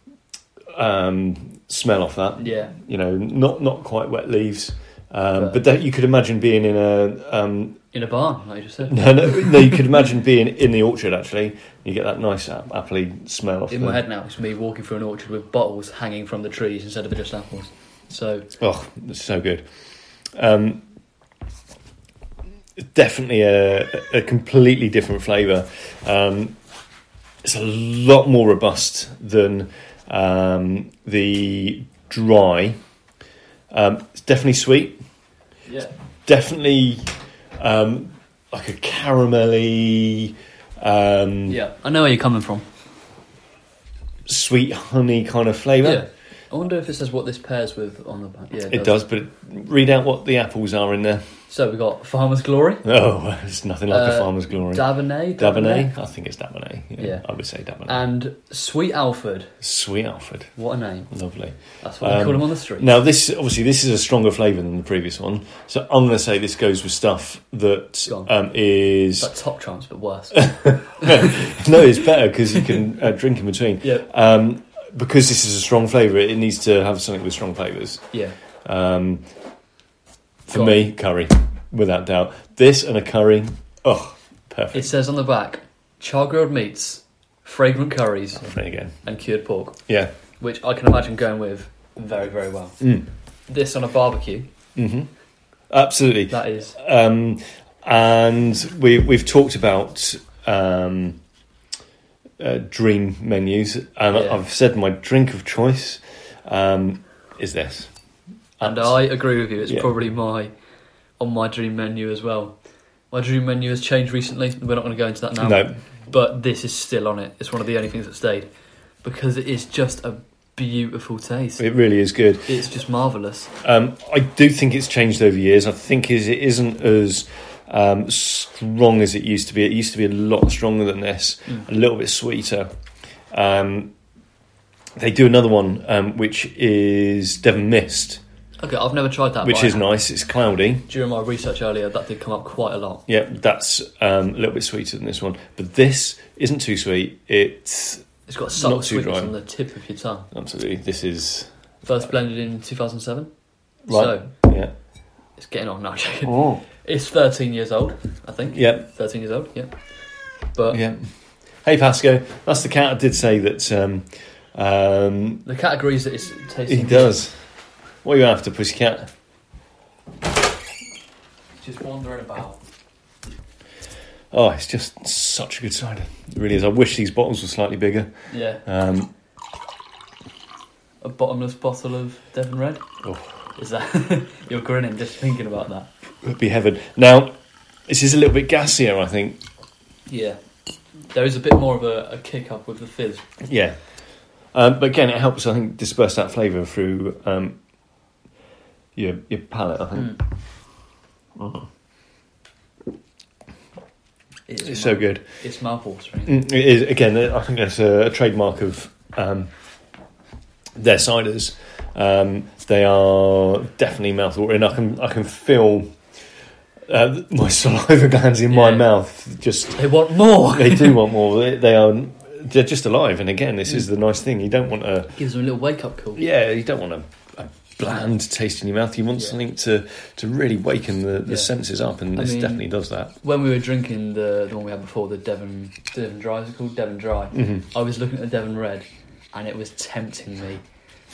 [SPEAKER 2] um, smell off that.
[SPEAKER 1] Yeah,
[SPEAKER 2] You know, not not quite wet leaves. Um,
[SPEAKER 1] But-
[SPEAKER 2] but that you could imagine being in a um,
[SPEAKER 1] in a barn, like you just said.
[SPEAKER 2] No, no, no. You could imagine being in the orchard. Actually, you get that nice ap- appley smell off.
[SPEAKER 1] In
[SPEAKER 2] the,
[SPEAKER 1] my head now, it's me walking through an orchard with bottles hanging from the trees instead of just apples. So
[SPEAKER 2] Oh, it's so good. Um, definitely a, a completely different flavour. Um, it's a lot more robust than um, the dry. Um, it's definitely sweet.
[SPEAKER 1] yeah,
[SPEAKER 2] Definitely um, like a caramelly, um,
[SPEAKER 1] Yeah, I know where you're coming from.
[SPEAKER 2] sweet honey kind of flavour.
[SPEAKER 1] Yeah. I wonder if it says what this pairs with on the back. Yeah,
[SPEAKER 2] It does, but read out what the apples are in there.
[SPEAKER 1] So we got Farmer's Glory,
[SPEAKER 2] Oh, it's nothing
[SPEAKER 1] Uh,
[SPEAKER 2] like a farmer's glory.
[SPEAKER 1] Davernay,
[SPEAKER 2] Dabonet? I think it's Dabonet. Yeah,
[SPEAKER 1] Yeah. Uh,
[SPEAKER 2] I would say Dabonet.
[SPEAKER 1] and Sweet Alfred.
[SPEAKER 2] Sweet Alfred.
[SPEAKER 1] What a name.
[SPEAKER 2] Lovely.
[SPEAKER 1] That's what they
[SPEAKER 2] Um,
[SPEAKER 1] call him on the street.
[SPEAKER 2] Now, this obviously this is a stronger flavour than the previous one, so I'm going to say this goes with stuff that
[SPEAKER 1] Go on.
[SPEAKER 2] um, is
[SPEAKER 1] It's like top trumps, but worse.
[SPEAKER 2] no, it's better because you can uh, drink in between.
[SPEAKER 1] yeah,
[SPEAKER 2] Um, because this is a strong flavour, it needs to have something with strong flavours.
[SPEAKER 1] yeah.
[SPEAKER 2] Um, for
[SPEAKER 1] Go on.
[SPEAKER 2] me, curry, without doubt. This and a curry, oh, perfect.
[SPEAKER 1] It says on the back, char-grilled meats, fragrant curries,
[SPEAKER 2] there you go.
[SPEAKER 1] and cured pork,
[SPEAKER 2] Yeah.
[SPEAKER 1] which I can imagine going with very, very well.
[SPEAKER 2] Mm.
[SPEAKER 1] This on a barbecue,
[SPEAKER 2] hmm Absolutely.
[SPEAKER 1] that is
[SPEAKER 2] Um, and we, we've talked about um, uh, dream menus, and
[SPEAKER 1] Yeah.
[SPEAKER 2] I've said my drink of choice um, is this.
[SPEAKER 1] And I agree with you. It's
[SPEAKER 2] Yeah.
[SPEAKER 1] probably my on my dream menu as well. My dream menu has changed recently. We're not going to go into that now.
[SPEAKER 2] No.
[SPEAKER 1] But this is still on it. It's one of the only things that stayed because it is just a beautiful taste.
[SPEAKER 2] It really is good.
[SPEAKER 1] It's just marvelous.
[SPEAKER 2] Um, I do think it's changed over years. I think is it isn't as um, strong as it used to be. It used to be a lot stronger than this,
[SPEAKER 1] Mm.
[SPEAKER 2] a little bit sweeter. Um, they do another one, um, which is Devon Mist,
[SPEAKER 1] Okay, I've never tried that.
[SPEAKER 2] which
[SPEAKER 1] but
[SPEAKER 2] is nice. It's cloudy.
[SPEAKER 1] during my research earlier that did come up quite a lot.
[SPEAKER 2] Yeah, that's um, a little bit sweeter than this one, but this isn't too sweet. It's
[SPEAKER 1] It's got subtle
[SPEAKER 2] Not too
[SPEAKER 1] sweetness
[SPEAKER 2] dry.
[SPEAKER 1] on the tip of your tongue.
[SPEAKER 2] absolutely. This is
[SPEAKER 1] First blended in 2007.
[SPEAKER 2] Right.
[SPEAKER 1] So
[SPEAKER 2] yeah.
[SPEAKER 1] it's getting on now. Jacob.
[SPEAKER 2] Oh,
[SPEAKER 1] It's 13 years old, I think.
[SPEAKER 2] yeah,
[SPEAKER 1] 13 years old. Yeah. But
[SPEAKER 2] yeah. Hey, Pasco, that's the cat. I did say that. Um, um,
[SPEAKER 1] the categories that it's tasting.
[SPEAKER 2] he does. What are you after, pussycat?
[SPEAKER 1] Just wandering about.
[SPEAKER 2] Oh, it's just such a good cider. It really is. I wish these bottles were slightly bigger.
[SPEAKER 1] Yeah,
[SPEAKER 2] Um,
[SPEAKER 1] a bottomless bottle of Devon Red.
[SPEAKER 2] Oh.
[SPEAKER 1] Is that you're grinning just thinking about that?
[SPEAKER 2] would be heaven. Now, this is a little bit gassier, I think.
[SPEAKER 1] Yeah, there is a bit more of a, a kick up with the fizz.
[SPEAKER 2] Yeah. Um, but again, it helps, I think, disperse that flavour through um, your, your palate, I think.
[SPEAKER 1] Mm.
[SPEAKER 2] Uh-huh.
[SPEAKER 1] It's,
[SPEAKER 2] It's so
[SPEAKER 1] mouth-
[SPEAKER 2] good.
[SPEAKER 1] It's mouthwatering.
[SPEAKER 2] Mm, It is, again, I think that's a, a trademark of um, their ciders. Um, they are definitely mouthwatering. I can I can feel uh, my saliva glands in my
[SPEAKER 1] Yeah.
[SPEAKER 2] mouth. Just
[SPEAKER 1] They want more.
[SPEAKER 2] they do want more. They, they are they're just alive. And again, this is the nice thing. You don't want a
[SPEAKER 1] Gives them a little wake up call.
[SPEAKER 2] yeah. You don't want a, a bland taste in your mouth. You want
[SPEAKER 1] Yeah.
[SPEAKER 2] something to to really waken the, the
[SPEAKER 1] Yeah.
[SPEAKER 2] senses up, and
[SPEAKER 1] I
[SPEAKER 2] this
[SPEAKER 1] mean-
[SPEAKER 2] definitely does that.
[SPEAKER 1] When we were drinking the, the one we had before, the Devon Devon Dry, is it called Devon Dry?
[SPEAKER 2] Mm-hmm.
[SPEAKER 1] I was looking at the Devon Red, and it was tempting me.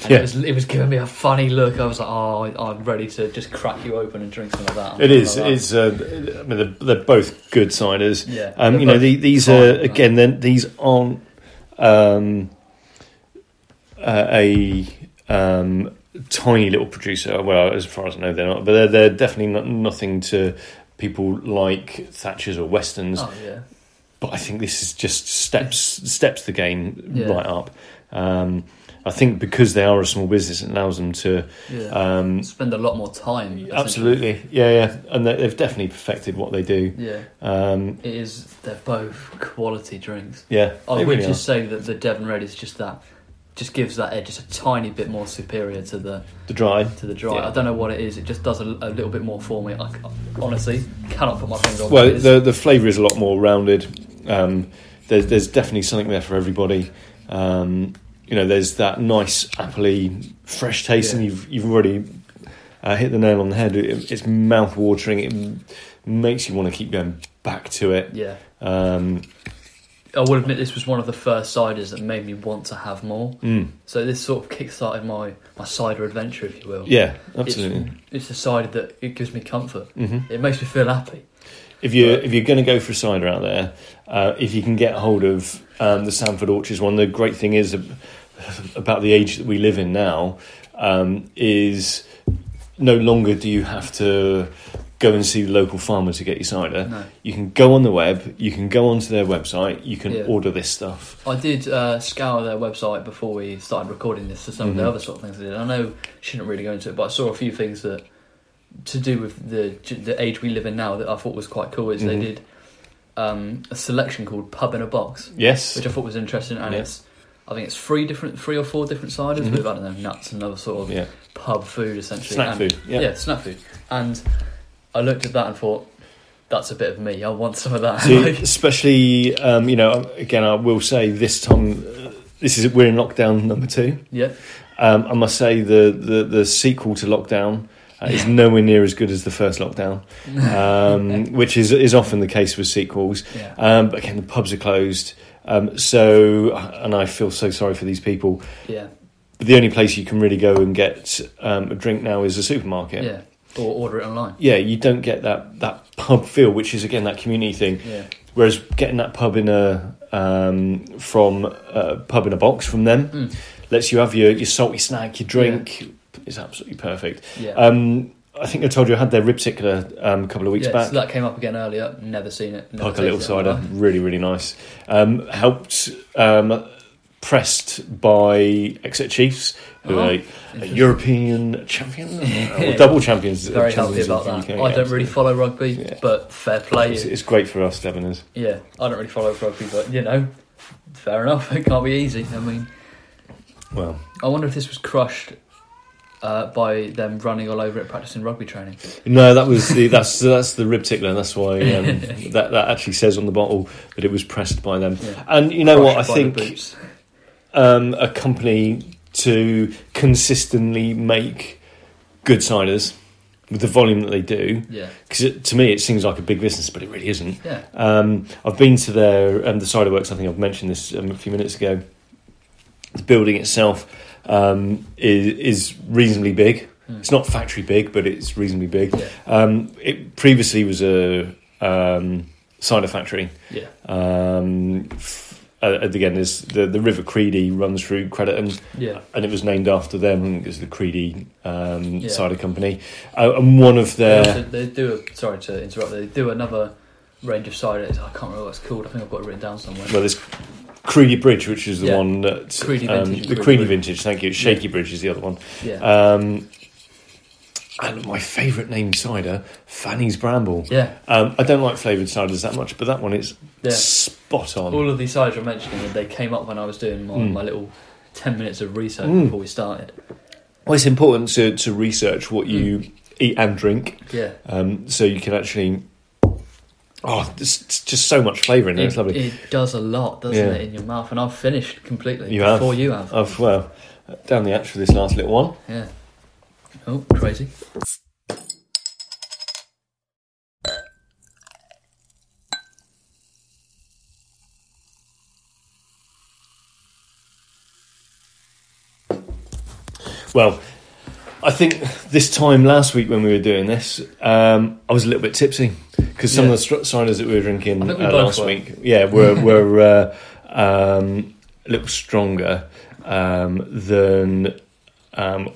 [SPEAKER 1] And
[SPEAKER 2] Yeah.
[SPEAKER 1] it was it was giving me a funny look. I was like, oh, I- I'm ready to just crack you open and drink some of that.
[SPEAKER 2] It is.
[SPEAKER 1] Like that.
[SPEAKER 2] It's. Uh, I mean, they're, they're both good ciders.
[SPEAKER 1] Yeah.
[SPEAKER 2] Um,
[SPEAKER 1] They're
[SPEAKER 2] you know,
[SPEAKER 1] both
[SPEAKER 2] the, these
[SPEAKER 1] fine,
[SPEAKER 2] are
[SPEAKER 1] aren't they?
[SPEAKER 2] again. Then these aren't um, uh, a um, tiny little producer. Well, as far as I know, they're not. But they're, they're definitely not, nothing to people like Thatchers or Westerns.
[SPEAKER 1] Oh yeah.
[SPEAKER 2] But I think this is just steps steps the game
[SPEAKER 1] Yeah.
[SPEAKER 2] right up. Um, I think because they are a small business, it allows them to
[SPEAKER 1] Yeah.
[SPEAKER 2] um,
[SPEAKER 1] Spend a lot more time.
[SPEAKER 2] Absolutely, yeah, yeah, and they- they've definitely perfected what they do.
[SPEAKER 1] essentially. Yeah.
[SPEAKER 2] Um,
[SPEAKER 1] It is. They're both quality drinks.
[SPEAKER 2] yeah,
[SPEAKER 1] I
[SPEAKER 2] they
[SPEAKER 1] would
[SPEAKER 2] really
[SPEAKER 1] just say that the Devon Red is just that. Just gives that edge just a tiny bit more superior to the
[SPEAKER 2] are. the dry.
[SPEAKER 1] to the dry.
[SPEAKER 2] Yeah.
[SPEAKER 1] I don't know what it is. It just does a, a little bit more for me. I, c- honestly cannot put my finger on. what
[SPEAKER 2] Well,
[SPEAKER 1] it is.
[SPEAKER 2] the the flavour is a lot more rounded. Um, there's there's definitely something there for everybody. Um, you know, there's that nice appley, fresh taste, and
[SPEAKER 1] Yeah.
[SPEAKER 2] you've you've already uh, hit the nail on the head. It, it's mouth watering. It makes you want to keep going back to it.
[SPEAKER 1] yeah.
[SPEAKER 2] Um,
[SPEAKER 1] I will admit this was one of the first ciders that made me want to have more.
[SPEAKER 2] mm,
[SPEAKER 1] So this sort of kickstarted my my cider adventure, if you will.
[SPEAKER 2] yeah, absolutely.
[SPEAKER 1] It's, it's a cider that it gives me comfort.
[SPEAKER 2] hmm
[SPEAKER 1] It makes me feel happy.
[SPEAKER 2] If you if you're going to go for a cider out there, uh, if you can get hold of um, the Sanford Orchards one, the great thing is ab- about the age that we live in now um, is no longer do you have to go and see the local farmer to get your cider.
[SPEAKER 1] No.
[SPEAKER 2] You can go on the web, you can go onto their website, you can
[SPEAKER 1] Yeah.
[SPEAKER 2] order this stuff.
[SPEAKER 1] I did uh, scour their website before we started recording this for some of
[SPEAKER 2] Mhm.
[SPEAKER 1] the other sort of things they did. I know shouldn't really go into it, but I saw a few things that to do with the the age we live in now that I thought was quite cool. Is they
[SPEAKER 2] Mhm.
[SPEAKER 1] did um, a selection called Pub in a Box,
[SPEAKER 2] Yes.
[SPEAKER 1] which I thought was interesting, and
[SPEAKER 2] Yeah.
[SPEAKER 1] it's I think it's three different, three or four different ciders
[SPEAKER 2] Mhm.
[SPEAKER 1] with I don't know nuts and other sort of
[SPEAKER 2] Yeah.
[SPEAKER 1] pub food essentially. And-
[SPEAKER 2] Snack food. Yeah.
[SPEAKER 1] yeah. snack food. And I looked at that and thought, that's a bit of me. I want some of that.
[SPEAKER 2] So,
[SPEAKER 1] Like,
[SPEAKER 2] especially, um, you know, again, I will say this time, uh, this is we're in lockdown number two.
[SPEAKER 1] yeah,
[SPEAKER 2] Um, I must say the, the, the sequel to lockdown uh, is nowhere near as good as the first lockdown, um, which is is often the case with sequels.
[SPEAKER 1] yeah.
[SPEAKER 2] Um, but again, the pubs are closed. Um, so, and I feel so sorry for these people.
[SPEAKER 1] yeah,
[SPEAKER 2] But the only place you can really go and get um, a drink now is a supermarket.
[SPEAKER 1] yeah. Or order it online.
[SPEAKER 2] Yeah, you don't get that, that pub feel, which is again that community thing.
[SPEAKER 1] Yeah,
[SPEAKER 2] Whereas getting that pub in a um, from a pub in a box from them
[SPEAKER 1] Mm.
[SPEAKER 2] lets you have your, your salty snack, your drink. It's absolutely perfect.
[SPEAKER 1] yeah.
[SPEAKER 2] Um, I think I told you I had their rib tickler um, a couple of weeks
[SPEAKER 1] yeah,
[SPEAKER 2] back.
[SPEAKER 1] so that came up again earlier. Never seen it. Never
[SPEAKER 2] Like a little
[SPEAKER 1] tasted it in my
[SPEAKER 2] cider,
[SPEAKER 1] life.
[SPEAKER 2] really, really nice. Um, helped um, pressed by Exeter Chiefs, who
[SPEAKER 1] Oh,
[SPEAKER 2] are a
[SPEAKER 1] Interesting.
[SPEAKER 2] European champion, or double champions.
[SPEAKER 1] Very
[SPEAKER 2] champions
[SPEAKER 1] healthy
[SPEAKER 2] of
[SPEAKER 1] about
[SPEAKER 2] the
[SPEAKER 1] that.
[SPEAKER 2] UK,
[SPEAKER 1] I
[SPEAKER 2] yeah.
[SPEAKER 1] don't really follow rugby,
[SPEAKER 2] Yeah.
[SPEAKER 1] but fair play.
[SPEAKER 2] It's, it's great for us Devoners.
[SPEAKER 1] yeah, I don't really follow rugby, but you know, fair enough. It can't be easy. I mean,
[SPEAKER 2] Well,
[SPEAKER 1] I wonder if this was crushed uh, by them running all over it practicing rugby training.
[SPEAKER 2] No, that was the that's that's the rib tickler. That's why um, that that actually says on the bottle that it was pressed by them.
[SPEAKER 1] Yeah.
[SPEAKER 2] And you know what? I
[SPEAKER 1] Crushed by the
[SPEAKER 2] think
[SPEAKER 1] boots.
[SPEAKER 2] um, a company to consistently make good ciders with the volume that they do,
[SPEAKER 1] Yeah,
[SPEAKER 2] because to me it seems like a big business, but it really isn't.
[SPEAKER 1] yeah.
[SPEAKER 2] Um, I've been to their um, the cider works. I think I've mentioned this um, a few minutes ago. The building itself um, is, is reasonably big.
[SPEAKER 1] Mm.
[SPEAKER 2] It's not factory big, but it's reasonably big.
[SPEAKER 1] Yeah,
[SPEAKER 2] Um, it previously was a um, cider factory.
[SPEAKER 1] yeah,
[SPEAKER 2] Um, f- uh, and again, there's the, the River Creedy runs through Crediton,
[SPEAKER 1] yeah,
[SPEAKER 2] and it was named after them. It's the Creedy um,
[SPEAKER 1] Yeah.
[SPEAKER 2] Cider Company, uh, and one of
[SPEAKER 1] They,
[SPEAKER 2] their
[SPEAKER 1] also- they do. A, sorry to interrupt. They do another range of ciders. I can't remember what it's called. I think I've got it written down somewhere.
[SPEAKER 2] well, there's Creedy Bridge, which is the
[SPEAKER 1] Yeah.
[SPEAKER 2] one that
[SPEAKER 1] Creedy
[SPEAKER 2] um,
[SPEAKER 1] Vintage and
[SPEAKER 2] the
[SPEAKER 1] Creedy
[SPEAKER 2] Creedy
[SPEAKER 1] Bridge.
[SPEAKER 2] Vintage. Thank you. Shaky Bridge is the other one.
[SPEAKER 1] yeah,
[SPEAKER 2] Um, and my favourite named cider, Fanny's Bramble.
[SPEAKER 1] yeah,
[SPEAKER 2] Um, I don't like flavoured ciders that much, but that one is
[SPEAKER 1] yeah.
[SPEAKER 2] spot on.
[SPEAKER 1] All of these ciders you're mentioning, they came up when I was doing my,
[SPEAKER 2] Mm.
[SPEAKER 1] my little ten minutes of research
[SPEAKER 2] Mm.
[SPEAKER 1] before we started.
[SPEAKER 2] Well, it's important to, to research what you
[SPEAKER 1] Mm.
[SPEAKER 2] eat and drink,
[SPEAKER 1] Yeah.
[SPEAKER 2] um, so you can actually. Oh, there's it's just so much flavour in there. It's
[SPEAKER 1] It,
[SPEAKER 2] lovely.
[SPEAKER 1] it does a lot, doesn't
[SPEAKER 2] Yeah.
[SPEAKER 1] it, in your mouth? And I've finished completely
[SPEAKER 2] You have.
[SPEAKER 1] before you have.
[SPEAKER 2] I've well down the hatch for this last little one.
[SPEAKER 1] Yeah. Oh, crazy.
[SPEAKER 2] Well, I think this time last week when we were doing this, um, I was a little bit tipsy because some
[SPEAKER 1] Yeah.
[SPEAKER 2] of the stru- ciders that we were drinking
[SPEAKER 1] I think we
[SPEAKER 2] uh,
[SPEAKER 1] both
[SPEAKER 2] last
[SPEAKER 1] were.
[SPEAKER 2] week, yeah, were were uh, um, a little stronger um, than um,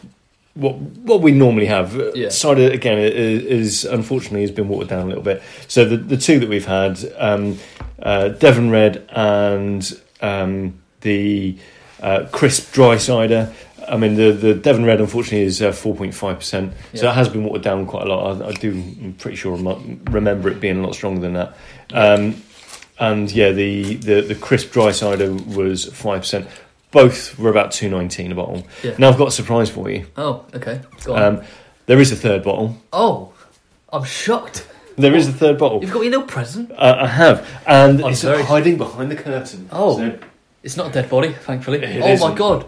[SPEAKER 2] what what we normally have. uh,
[SPEAKER 1] Yeah.
[SPEAKER 2] Cider again i- i- is, is unfortunately has been watered down a little bit. So the the two that we've had, um, uh, Devon Red and um, the uh, crisp dry cider. I mean, the, the Devon Red, unfortunately, is uh, 4.5%. So
[SPEAKER 1] Yeah.
[SPEAKER 2] it has been watered down quite a lot. I, I do, I'm pretty sure, rem- remember it being a lot stronger than that. Um, and yeah, the, the, the crisp dry cider was 5%. Both were about 2.19 a bottle.
[SPEAKER 1] Yeah.
[SPEAKER 2] Now I've got a surprise for you.
[SPEAKER 1] Oh, okay. Go on.
[SPEAKER 2] Um, there is a third bottle.
[SPEAKER 1] oh, I'm shocked.
[SPEAKER 2] There is a third bottle.
[SPEAKER 1] You've got your little present.
[SPEAKER 2] Uh, I have. And
[SPEAKER 1] I'm
[SPEAKER 2] it's
[SPEAKER 1] very-
[SPEAKER 2] hiding behind the curtain.
[SPEAKER 1] Oh.
[SPEAKER 2] So
[SPEAKER 1] It's not a dead body, thankfully.
[SPEAKER 2] It
[SPEAKER 1] oh my
[SPEAKER 2] isn't.
[SPEAKER 1] god,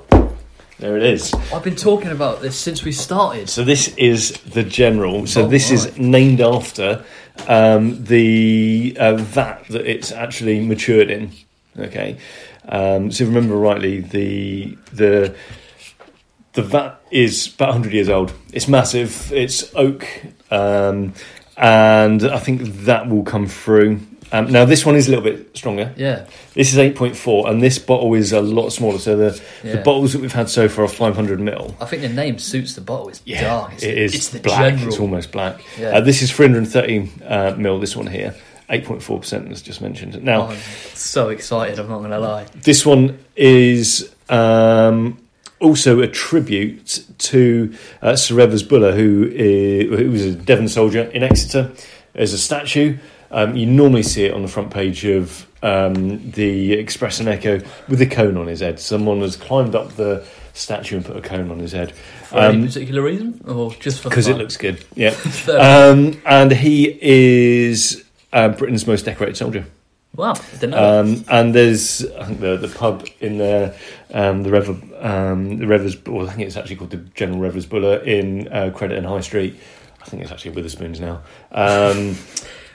[SPEAKER 2] there it is.
[SPEAKER 1] I've been talking about this since we started.
[SPEAKER 2] So this is the general. So
[SPEAKER 1] Oh,
[SPEAKER 2] this is
[SPEAKER 1] right.
[SPEAKER 2] named after um, the uh, vat that it's actually matured in. Okay, um, so if I remember rightly, the the the vat is about 100 years old. It's massive. It's oak, um, and I think that will come through Um, now this one is a little bit stronger.
[SPEAKER 1] Yeah.
[SPEAKER 2] This is 8.4, and this bottle is a lot smaller. So the,
[SPEAKER 1] yeah.
[SPEAKER 2] the bottles that we've had so far are 500 ml.
[SPEAKER 1] I think the name suits the bottle. It's
[SPEAKER 2] Yeah,
[SPEAKER 1] dark. It's,
[SPEAKER 2] it is
[SPEAKER 1] It's the
[SPEAKER 2] black.
[SPEAKER 1] general.
[SPEAKER 2] It's almost black.
[SPEAKER 1] Yeah.
[SPEAKER 2] Uh, this is 330 uh, mil. This one here, 8.4 percent, as just mentioned. Now
[SPEAKER 1] I'm so excited. I'm not going to lie.
[SPEAKER 2] this one is um, also a tribute to uh, Sir Evers Buller, who, i- who was a Devon soldier in Exeter. There's a statue. Um, you normally see it on the front page of um, the Express and Echo with a cone on his head. Someone has climbed up the statue and put a cone on his head
[SPEAKER 1] For any
[SPEAKER 2] Um,
[SPEAKER 1] particular reason, or just for
[SPEAKER 2] because it
[SPEAKER 1] fun?
[SPEAKER 2] looks good. Yeah,
[SPEAKER 1] Fair enough.
[SPEAKER 2] um, and he is uh, Britain's most decorated soldier.
[SPEAKER 1] wow. I didn't know that.
[SPEAKER 2] Um, and there's I think the the pub in there, um, the Rever, um, the Revers, well, I think it's actually called the General Revers Buller in uh, Credit and High Street. I think it's actually Witherspoons now. Um,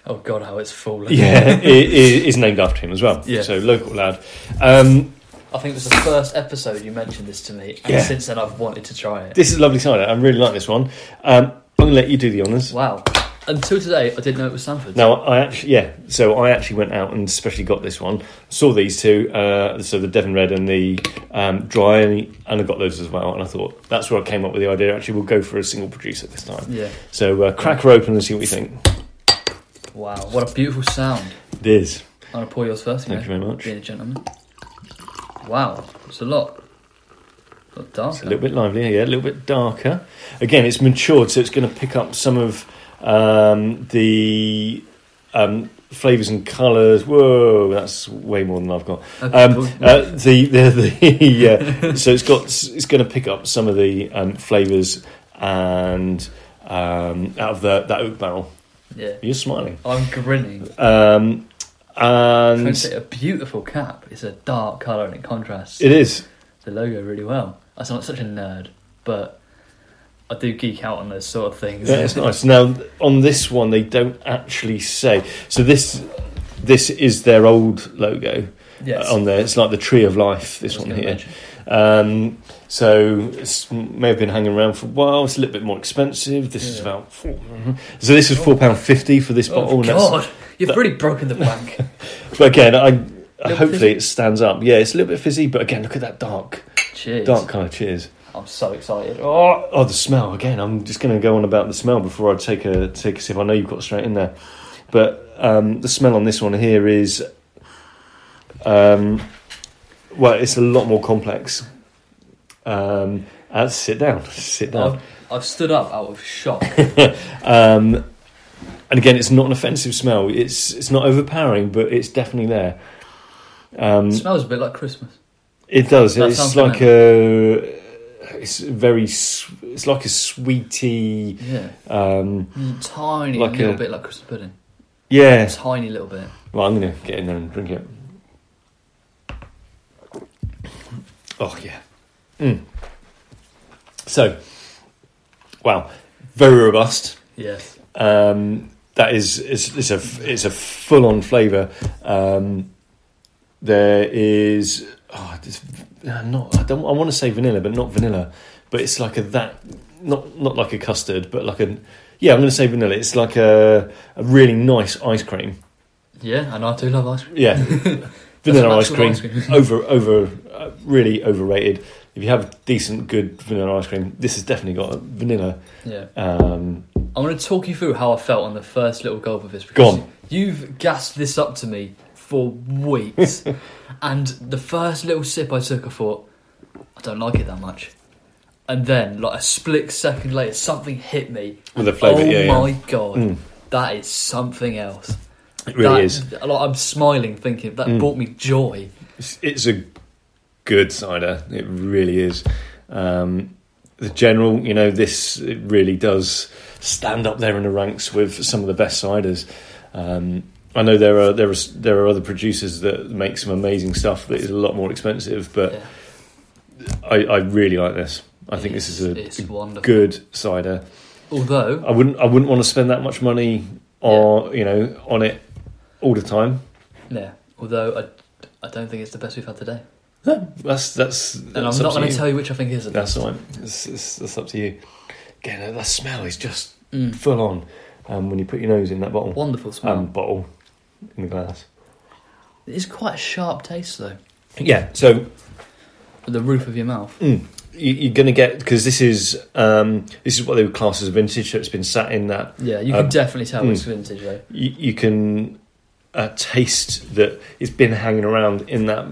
[SPEAKER 1] Oh God, how it's fallen.
[SPEAKER 2] yeah, it, it is named after him as well.
[SPEAKER 1] Yeah.
[SPEAKER 2] So local lad. Um,
[SPEAKER 1] I think it was the first episode you mentioned this to me, and
[SPEAKER 2] Yeah.
[SPEAKER 1] since then I've wanted to try it.
[SPEAKER 2] this is a lovely cider. I really like this one. Um, I'm going to let you do the honours.
[SPEAKER 1] Wow. Until today, I didn't know it was Sanford.
[SPEAKER 2] Now I actually yeah, so I actually went out and especially got this one. Saw these two, uh, so the Devon Red and the um, Dry, and, and I got those as well. And I thought that's where I came up with the idea. Actually, we'll go for a single producer this time.
[SPEAKER 1] Yeah.
[SPEAKER 2] So uh, crack her open and see what you think.
[SPEAKER 1] Wow. What a beautiful sound.
[SPEAKER 2] It is.
[SPEAKER 1] I'm gonna pour yours first.
[SPEAKER 2] Thank
[SPEAKER 1] know,
[SPEAKER 2] you very much.
[SPEAKER 1] Being a gentleman. Wow. It's a lot. A lot darker.
[SPEAKER 2] It's a little bit livelier, yeah, a little bit darker. Again, it's matured, so it's going to pick up some of um, the um, flavors and colors. Whoa, that's way more than I've got.
[SPEAKER 1] Okay,
[SPEAKER 2] Um,
[SPEAKER 1] cool.
[SPEAKER 2] uh, the the, the yeah, so it's got it's going to pick up some of the um, flavors and um, out of the that oak barrel.
[SPEAKER 1] yeah.
[SPEAKER 2] You're smiling.
[SPEAKER 1] I'm grinning.
[SPEAKER 2] Um,
[SPEAKER 1] And
[SPEAKER 2] and
[SPEAKER 1] it's a beautiful cap. It's a dark colour and it contrasts
[SPEAKER 2] it is.
[SPEAKER 1] the logo really well. I sound like such a nerd, but I do geek out on those sort of things.
[SPEAKER 2] Yeah, it's nice. Now on this one, they don't actually say. So this this is their old logo
[SPEAKER 1] Yes.
[SPEAKER 2] uh, on there. It's like the tree of life. This
[SPEAKER 1] I was
[SPEAKER 2] one
[SPEAKER 1] gonna
[SPEAKER 2] here.
[SPEAKER 1] mention.
[SPEAKER 2] Um, so it's may have been hanging around for a while. It's a little bit more expensive. This is
[SPEAKER 1] Yeah.
[SPEAKER 2] about four. mhm. So this is four pound fifty for this bottle.
[SPEAKER 1] Oh,
[SPEAKER 2] and that's-
[SPEAKER 1] God, you've
[SPEAKER 2] that-
[SPEAKER 1] really broken the bank.
[SPEAKER 2] But again, I, I
[SPEAKER 1] Little
[SPEAKER 2] hopefully
[SPEAKER 1] fizzy.
[SPEAKER 2] it stands up. Yeah, it's a little bit fizzy, but again, look at that dark
[SPEAKER 1] Cheers.
[SPEAKER 2] dark colour. Cheers.
[SPEAKER 1] I'm so excited.
[SPEAKER 2] Oh, oh, the smell again. I'm just going to go on about the smell before I take a take a sip. I know you've got straight in there, but um, the smell on this one here is, um, well, it's a lot more complex. Um, uh, sit down, sit down.
[SPEAKER 1] I've, I've stood up out of shock.
[SPEAKER 2] Um, and again, it's not an offensive smell. It's it's not overpowering, but it's definitely there. Um,
[SPEAKER 1] it smells a bit like Christmas.
[SPEAKER 2] It does.
[SPEAKER 1] That
[SPEAKER 2] it's
[SPEAKER 1] sounds
[SPEAKER 2] like a, it's very, s- it's like a sweety.
[SPEAKER 1] Yeah.
[SPEAKER 2] Um,
[SPEAKER 1] Mm, Tiny
[SPEAKER 2] Like
[SPEAKER 1] little
[SPEAKER 2] a-
[SPEAKER 1] bit like Christmas pudding.
[SPEAKER 2] Yeah.
[SPEAKER 1] Tiny little bit.
[SPEAKER 2] Well, I'm going to get in there and drink it. Oh, yeah. Mm. So, wow. Very robust.
[SPEAKER 1] Yes.
[SPEAKER 2] Um, that is, it's, it's a, it's a full on flavour. Um, there is, oh, this, uh, not, I don't, I want to say vanilla, but not vanilla. But it's like a that, not, not like a custard, but like a, yeah, I'm going to say vanilla. It's like a, a really nice ice cream.
[SPEAKER 1] Yeah, and I do love ice cream.
[SPEAKER 2] Yeah, vanilla
[SPEAKER 1] an
[SPEAKER 2] ice
[SPEAKER 1] actual
[SPEAKER 2] cream,
[SPEAKER 1] ice cream.
[SPEAKER 2] over over uh, really overrated. If you have decent, good vanilla ice cream, this has definitely got a vanilla.
[SPEAKER 1] Yeah.
[SPEAKER 2] Um,
[SPEAKER 1] I'm going to talk you through how I felt on the first little gulp of this.
[SPEAKER 2] on.
[SPEAKER 1] You've gassed this up to me for weeks. and the first little sip I took, I thought, I don't like it that much. And then, like a split second later, something hit me.
[SPEAKER 2] With the flavour,
[SPEAKER 1] oh
[SPEAKER 2] yeah, yeah.
[SPEAKER 1] my god,
[SPEAKER 2] Mm.
[SPEAKER 1] that is something else.
[SPEAKER 2] it really
[SPEAKER 1] is.
[SPEAKER 2] is.
[SPEAKER 1] Like, I'm smiling, thinking that
[SPEAKER 2] Mm.
[SPEAKER 1] brought me joy.
[SPEAKER 2] It's, it's a good cider. It really is. Um, the general, you know, this it really does stand up there in the ranks with some of the best ciders. Um, I know there are there are s- there are other producers that make some amazing stuff that is a lot more expensive, but
[SPEAKER 1] Yeah.
[SPEAKER 2] I, I really like this. I think this
[SPEAKER 1] it's
[SPEAKER 2] is a
[SPEAKER 1] wonderful.
[SPEAKER 2] good cider.
[SPEAKER 1] Although
[SPEAKER 2] I wouldn't I wouldn't want to spend that much money on you know on it all the time.
[SPEAKER 1] yeah, although I, I don't think it's the best we've had today.
[SPEAKER 2] That's that's.
[SPEAKER 1] And I'm not going to tell you which I think is the best.
[SPEAKER 2] That's all right. It's, it's, that's up to you. Again, that smell is just
[SPEAKER 1] Mm.
[SPEAKER 2] full on um, when you put your nose in that bottle.
[SPEAKER 1] Wonderful smell.
[SPEAKER 2] Um, bottle. in the glass.
[SPEAKER 1] It's quite a sharp taste though.
[SPEAKER 2] Yeah, so
[SPEAKER 1] At the roof of your mouth.
[SPEAKER 2] you- you're going to get because this is um, this is what they would class as vintage. So it's been sat in that.
[SPEAKER 1] Yeah, you can
[SPEAKER 2] Um,
[SPEAKER 1] definitely tell
[SPEAKER 2] mm.
[SPEAKER 1] it's vintage though.
[SPEAKER 2] You, you can uh, taste that it's been hanging around in that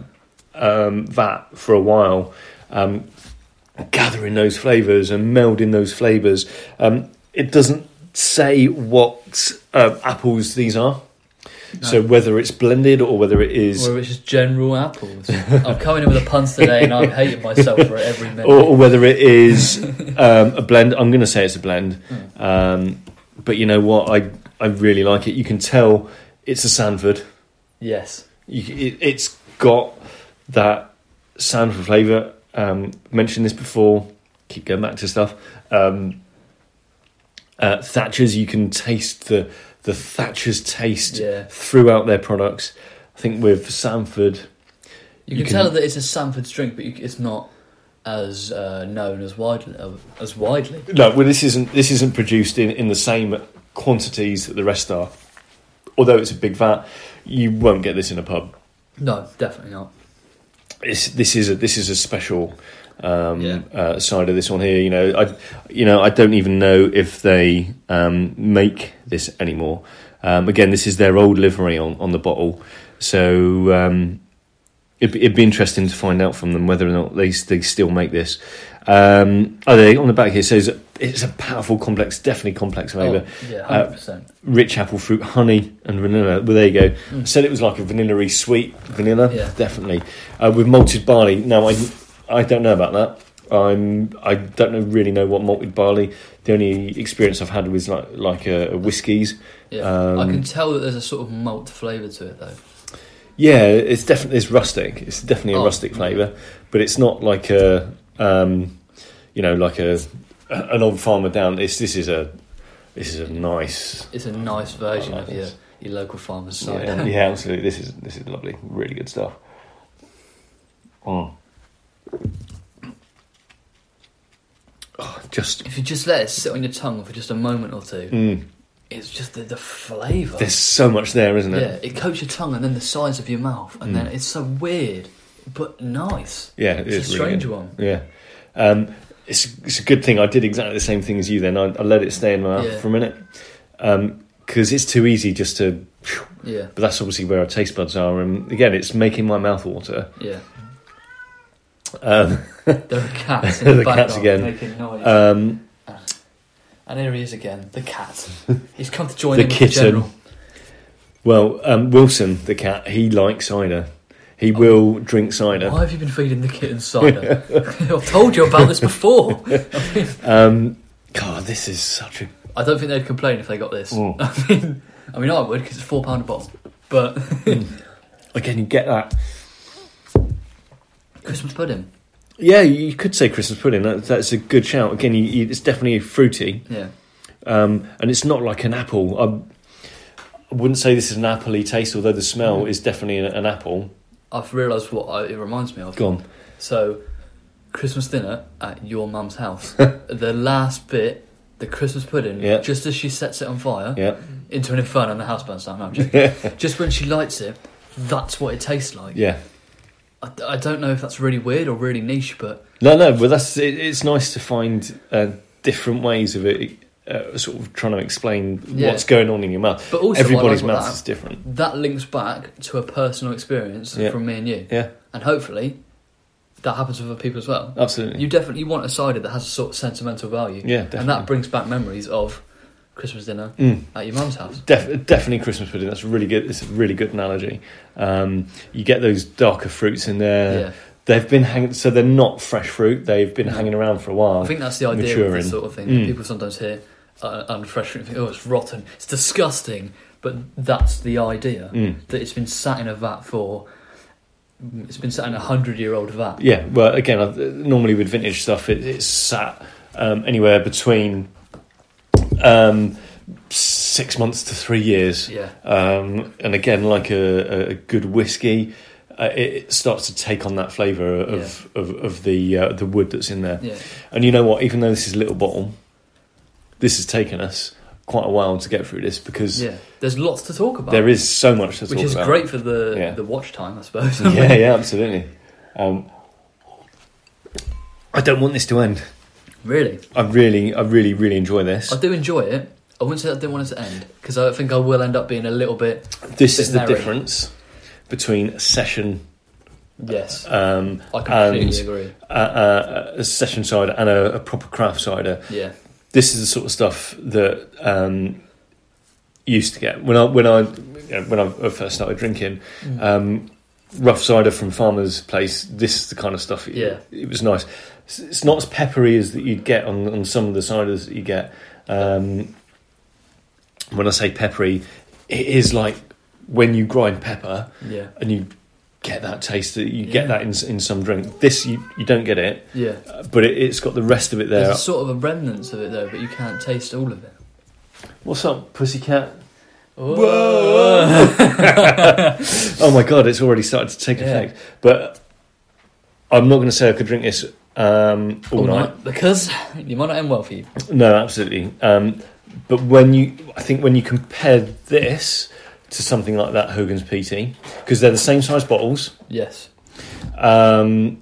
[SPEAKER 2] um, vat for a while, um, gathering those flavors and melding those flavors. Um, it doesn't say what uh, apples these are. So whether it's blended or whether it is
[SPEAKER 1] Or it's just general apples. I'm coming in with a puns today and I'm hating myself for it every minute.
[SPEAKER 2] or, or whether it is um, a blend. I'm going to say it's a blend, um, but you know what? I I really like it. You can tell it's a Sanford.
[SPEAKER 1] Yes.
[SPEAKER 2] You, it, it's got that Sanford flavour. Um, mentioned this before. Keep going back to stuff. Um, uh, Thatchers, you can taste the the Thatchers taste
[SPEAKER 1] Yeah.
[SPEAKER 2] throughout their products. I think with Sanford,
[SPEAKER 1] You
[SPEAKER 2] You
[SPEAKER 1] can,
[SPEAKER 2] can-
[SPEAKER 1] tell that it's a Sanford's drink, but you, it's not as uh, known as widely. Uh, as widely.
[SPEAKER 2] No, well, this isn't this isn't produced in, in the same quantities that the rest are. Although it's a big vat, you won't get this in a pub.
[SPEAKER 1] No, definitely not.
[SPEAKER 2] It's, this is a this is a special um,
[SPEAKER 1] Yeah.
[SPEAKER 2] uh, side of this one here. You know, I you know I don't even know if they um, make this anymore. Um, again, this is their old livery on, on the bottle, so um, it'd, be- it'd be interesting to find out from them whether or not they they still make this. Um, oh, they on the back here says it's a powerful, complex, definitely complex flavour
[SPEAKER 1] Oh, yeah,
[SPEAKER 2] Uh,
[SPEAKER 1] hundred percent.
[SPEAKER 2] rich apple fruit, honey, and vanilla. Well, there you go. I said it was like a vanilla-y sweet vanilla,
[SPEAKER 1] Mm. Yeah.
[SPEAKER 2] definitely. Uh, with malted barley. No, I, I don't know about that. I'm, I don't know, really know what malted barley. The only experience I've had was like like a, a whiskies.
[SPEAKER 1] Yeah,
[SPEAKER 2] um,
[SPEAKER 1] I can tell that there's a sort of malt flavour to it though.
[SPEAKER 2] Yeah, it's definitely it's rustic. It's definitely a
[SPEAKER 1] Oh,
[SPEAKER 2] rustic
[SPEAKER 1] okay.
[SPEAKER 2] flavour, but it's not like a, um, you know, like a an old farmer down. This this is a this is a nice
[SPEAKER 1] It's a nice version
[SPEAKER 2] like
[SPEAKER 1] of your,
[SPEAKER 2] this.
[SPEAKER 1] your local farmer's cider.
[SPEAKER 2] Oh, Yeah, yeah, absolutely. This is this is lovely. Really good stuff. Mm. Oh, just
[SPEAKER 1] If you just let it sit on your tongue for just a moment or two,
[SPEAKER 2] mm,
[SPEAKER 1] it's just the, the flavour.
[SPEAKER 2] there's so much there, isn't
[SPEAKER 1] yeah,
[SPEAKER 2] it?
[SPEAKER 1] it coats your tongue and then the sides of your mouth, and then it's so weird but nice.
[SPEAKER 2] Yeah, it
[SPEAKER 1] It's
[SPEAKER 2] is
[SPEAKER 1] a
[SPEAKER 2] really
[SPEAKER 1] strange
[SPEAKER 2] good.
[SPEAKER 1] one.
[SPEAKER 2] Yeah, um, it's it's a good thing I did exactly the same thing as you. Then I, I let it stay in my mouth
[SPEAKER 1] Yeah.
[SPEAKER 2] for a minute because it's too easy just to.
[SPEAKER 1] Yeah,
[SPEAKER 2] But that's obviously where our taste buds are, and again, it's making my mouth water.
[SPEAKER 1] yeah.
[SPEAKER 2] Um,
[SPEAKER 1] There are cats in the,
[SPEAKER 2] The cats
[SPEAKER 1] background
[SPEAKER 2] again.
[SPEAKER 1] making noise.
[SPEAKER 2] um,
[SPEAKER 1] And here he is again, the cat. He's come to join
[SPEAKER 2] The
[SPEAKER 1] in with
[SPEAKER 2] kitten.
[SPEAKER 1] the general.
[SPEAKER 2] Well, um, Wilson the cat, he likes cider. He will drink cider.
[SPEAKER 1] Why have you been feeding the kitten cider? I've told you about this before.
[SPEAKER 2] Um, God, this is such a
[SPEAKER 1] I don't think they'd complain if they got this.
[SPEAKER 2] Mm.
[SPEAKER 1] I mean, I mean, I would because it's four pound a bottle. But
[SPEAKER 2] again. You get that?
[SPEAKER 1] Christmas pudding,
[SPEAKER 2] Yeah, you could say Christmas pudding. That, that's a good shout. Again, you, you, it's definitely fruity,
[SPEAKER 1] yeah,
[SPEAKER 2] um, and it's not like an apple. I, I wouldn't say this is an appley taste, although the smell is definitely an, an apple.
[SPEAKER 1] I've realised what I, it reminds me of.
[SPEAKER 2] Gone.
[SPEAKER 1] So, Christmas dinner at your mum's house. the last bit, the Christmas pudding,
[SPEAKER 2] Yeah.
[SPEAKER 1] just as she sets it on fire
[SPEAKER 2] Yeah,
[SPEAKER 1] into an inferno and the house burns down. No, I'm joking. just when she lights it, that's what it tastes like.
[SPEAKER 2] yeah.
[SPEAKER 1] I, I don't know if that's really weird or really niche, but
[SPEAKER 2] No, no. But that's it, it's nice to find uh, different ways of it. Uh, sort of trying to explain
[SPEAKER 1] Yeah.
[SPEAKER 2] what's going on in your mouth.
[SPEAKER 1] But also,
[SPEAKER 2] everybody's
[SPEAKER 1] I like
[SPEAKER 2] mouth
[SPEAKER 1] that-
[SPEAKER 2] is different.
[SPEAKER 1] that links back to a personal experience
[SPEAKER 2] Yeah.
[SPEAKER 1] from me and you.
[SPEAKER 2] Yeah,
[SPEAKER 1] And hopefully, that happens with other people as well.
[SPEAKER 2] absolutely.
[SPEAKER 1] You definitely want a cider that has a sort of sentimental value.
[SPEAKER 2] Yeah,
[SPEAKER 1] And that
[SPEAKER 2] definitely.
[SPEAKER 1] brings back memories of Christmas dinner
[SPEAKER 2] Mm.
[SPEAKER 1] at your mum's house.
[SPEAKER 2] Def- definitely Christmas pudding. That's really good. It's a really good analogy. Um, you get those darker fruits in there.
[SPEAKER 1] yeah.
[SPEAKER 2] They've been hanging, so they're not fresh fruit. They've been hanging around for a while.
[SPEAKER 1] I think that's the idea of
[SPEAKER 2] maturing.
[SPEAKER 1] this sort of thing
[SPEAKER 2] Mm.
[SPEAKER 1] that people sometimes hear uh, and fresh fruit and think, oh, it's rotten, it's disgusting. But that's the idea
[SPEAKER 2] Mm.
[SPEAKER 1] that it's been sat in a vat for. It's been sat in a hundred year old vat.
[SPEAKER 2] Yeah. Well, again, I, normally with vintage stuff, it, it's sat um, anywhere between um, six months to three years.
[SPEAKER 1] Yeah.
[SPEAKER 2] Um, and again, like a, a good whiskey, uh, it, it starts to take on that flavour of, of, of the uh, the wood that's in there.
[SPEAKER 1] Yeah.
[SPEAKER 2] And you know what? Even though this is a little bottle, this has taken us quite a while to get through this because
[SPEAKER 1] Yeah, there's lots to talk about.
[SPEAKER 2] there is so much to talk
[SPEAKER 1] which is
[SPEAKER 2] about.
[SPEAKER 1] great for the
[SPEAKER 2] Yeah.
[SPEAKER 1] the watch time, I suppose.
[SPEAKER 2] yeah, yeah, absolutely. Um, I don't want this to end.
[SPEAKER 1] really,
[SPEAKER 2] I really, I really, really enjoy this.
[SPEAKER 1] I do enjoy it. I wouldn't say I didn't want it to end because I think I will end up being a little bit
[SPEAKER 2] This is the
[SPEAKER 1] narrow.
[SPEAKER 2] difference between session
[SPEAKER 1] yes.
[SPEAKER 2] um,
[SPEAKER 1] I completely
[SPEAKER 2] and
[SPEAKER 1] agree.
[SPEAKER 2] uh, uh, a session cider and a, a proper craft cider.
[SPEAKER 1] Yeah,
[SPEAKER 2] This is the sort of stuff that um, used to get when I when I you know, when I first started drinking.
[SPEAKER 1] Mm.
[SPEAKER 2] Um, rough cider from farmer's place. This is the kind of stuff. It,
[SPEAKER 1] Yeah.
[SPEAKER 2] it was nice. It's- It's not as peppery as that you'd get on, on some of the ciders that you get. Um, when I say peppery, it is like when you grind pepper
[SPEAKER 1] yeah,
[SPEAKER 2] and you get that taste. that You
[SPEAKER 1] Yeah.
[SPEAKER 2] get that in in some drink. This you, you don't get it,
[SPEAKER 1] yeah.
[SPEAKER 2] uh, but it, it's got the rest of it there.
[SPEAKER 1] There's a sort of a remnants of it though, but you can't taste all of it.
[SPEAKER 2] What's up, pussycat? Oh my god, it's already started to take
[SPEAKER 1] Yeah.
[SPEAKER 2] effect. But I'm not going to say I could drink this um, all,
[SPEAKER 1] All
[SPEAKER 2] night.
[SPEAKER 1] night, because you might not end well for you.
[SPEAKER 2] No, absolutely. Um, but when you, I think when you compare this to something like that Hogan's PT, because they're the same size bottles,
[SPEAKER 1] Yes,
[SPEAKER 2] um,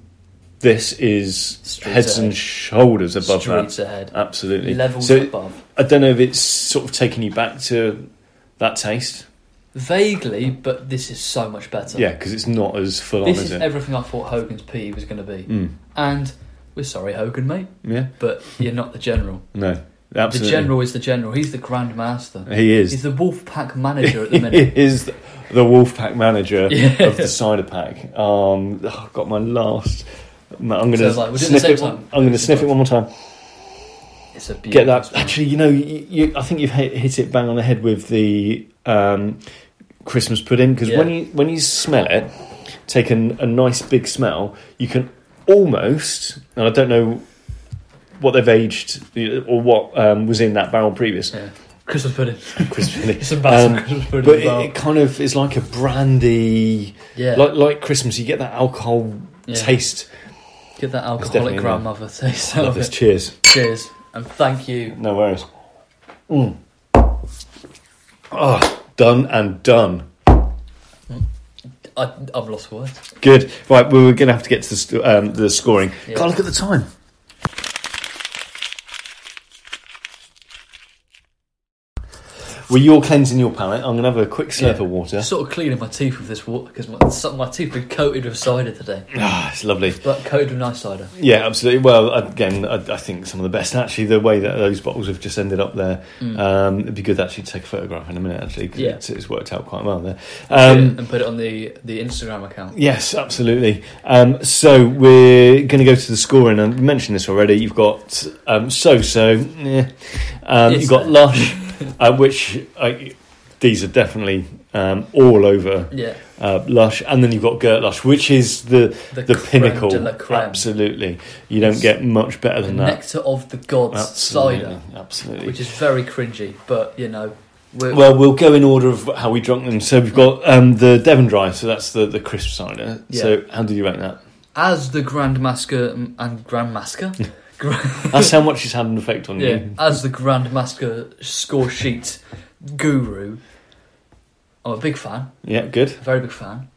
[SPEAKER 2] this is
[SPEAKER 1] Streets
[SPEAKER 2] heads
[SPEAKER 1] ahead.
[SPEAKER 2] and shoulders above
[SPEAKER 1] streets
[SPEAKER 2] that.
[SPEAKER 1] ahead,
[SPEAKER 2] Absolutely.
[SPEAKER 1] levels
[SPEAKER 2] so
[SPEAKER 1] above.
[SPEAKER 2] I don't know if it's sort of taking you back to that taste.
[SPEAKER 1] Vaguely, but this is so much better.
[SPEAKER 2] Yeah, because it's not as full
[SPEAKER 1] this
[SPEAKER 2] on,
[SPEAKER 1] is
[SPEAKER 2] is it?
[SPEAKER 1] everything I thought Hogan's P was going to be,
[SPEAKER 2] mm.
[SPEAKER 1] and we're sorry, Hogan, mate,
[SPEAKER 2] Yeah.
[SPEAKER 1] but you're not the general.
[SPEAKER 2] No. Absolutely.
[SPEAKER 1] The general is the general. He's the grand master.
[SPEAKER 2] He is.
[SPEAKER 1] He's the wolf pack manager at the
[SPEAKER 2] He
[SPEAKER 1] minute.
[SPEAKER 2] is the Wolfpack manager
[SPEAKER 1] Yeah.
[SPEAKER 2] of the cider pack. Um, oh, got my last. I'm going to
[SPEAKER 1] Sounds like we're doing the
[SPEAKER 2] sniff
[SPEAKER 1] same
[SPEAKER 2] it.
[SPEAKER 1] time.
[SPEAKER 2] one- I'm going to sniff it one more time.
[SPEAKER 1] It's a beautiful
[SPEAKER 2] Get that.
[SPEAKER 1] smell.
[SPEAKER 2] Actually, you know, you, you, I think you've hit, hit it bang on the head with the um, Christmas pudding because when
[SPEAKER 1] Yeah.
[SPEAKER 2] you when you smell it, take an, a nice big smell, you can almost. And I don't know what they've aged you know, or what um, was in that barrel previous.
[SPEAKER 1] Yeah. Christmas pudding.
[SPEAKER 2] Christmas pudding.
[SPEAKER 1] It's a bad
[SPEAKER 2] Um,
[SPEAKER 1] Christmas pudding.
[SPEAKER 2] But it,
[SPEAKER 1] well.
[SPEAKER 2] it kind of is like a brandy,
[SPEAKER 1] yeah,
[SPEAKER 2] like like Christmas. You get that alcohol
[SPEAKER 1] yeah.
[SPEAKER 2] taste.
[SPEAKER 1] Get that
[SPEAKER 2] definitely
[SPEAKER 1] alcoholic
[SPEAKER 2] in
[SPEAKER 1] grandmother taste.
[SPEAKER 2] I
[SPEAKER 1] out
[SPEAKER 2] love
[SPEAKER 1] of
[SPEAKER 2] this.
[SPEAKER 1] it.
[SPEAKER 2] Cheers.
[SPEAKER 1] Cheers and thank you.
[SPEAKER 2] No worries. Mm. Ah, done and done.
[SPEAKER 1] I, I've lost words.
[SPEAKER 2] Good. Right, we were going to have to get to the, st- um, the scoring.
[SPEAKER 1] Yeah.
[SPEAKER 2] God, look at the time. Well, you're cleansing your palate. I'm going to have a quick slurp
[SPEAKER 1] Yeah.
[SPEAKER 2] of water.
[SPEAKER 1] Sort of cleaning my teeth with this water because my, some- my teeth were coated with cider today,
[SPEAKER 2] Ah, it's lovely.
[SPEAKER 1] but coated with nice cider.
[SPEAKER 2] Yeah, absolutely. Well, again, I, I think some of the best actually. The way that those bottles have just ended up there, um, it'd be good actually to take a photograph in a minute. Actually, 'cause
[SPEAKER 1] Mm. Yeah.
[SPEAKER 2] it's, it's worked out quite well there. Um,
[SPEAKER 1] and put it on the the Instagram account.
[SPEAKER 2] Yes, absolutely. Um, so we're going to go to the scoring. I mentioned this already. You've got um, so so. eh. Um,
[SPEAKER 1] Yes.
[SPEAKER 2] you've got lush, uh, which I, these are definitely um, all over
[SPEAKER 1] Yeah,
[SPEAKER 2] uh, lush, and then you've got Gert Lush, which is the
[SPEAKER 1] The
[SPEAKER 2] the
[SPEAKER 1] creme
[SPEAKER 2] pinnacle.
[SPEAKER 1] de la creme.
[SPEAKER 2] Absolutely, you don't get much better
[SPEAKER 1] the
[SPEAKER 2] than that.
[SPEAKER 1] nectar of the gods cider,
[SPEAKER 2] absolutely.
[SPEAKER 1] which is very cringy, but you know, we're,
[SPEAKER 2] well, we'll go in order of how we drunk them. So we've got um, the Devon Dry, so that's the, the crisp cider. So how do you rate that?
[SPEAKER 1] as the Grand Masker mm, and Grand Masker, Gra-
[SPEAKER 2] That's how much it's had an effect on
[SPEAKER 1] yeah,
[SPEAKER 2] you.
[SPEAKER 1] as the Grand Masker score sheet guru. I'm a big fan,
[SPEAKER 2] Yeah, good.
[SPEAKER 1] a very big fan,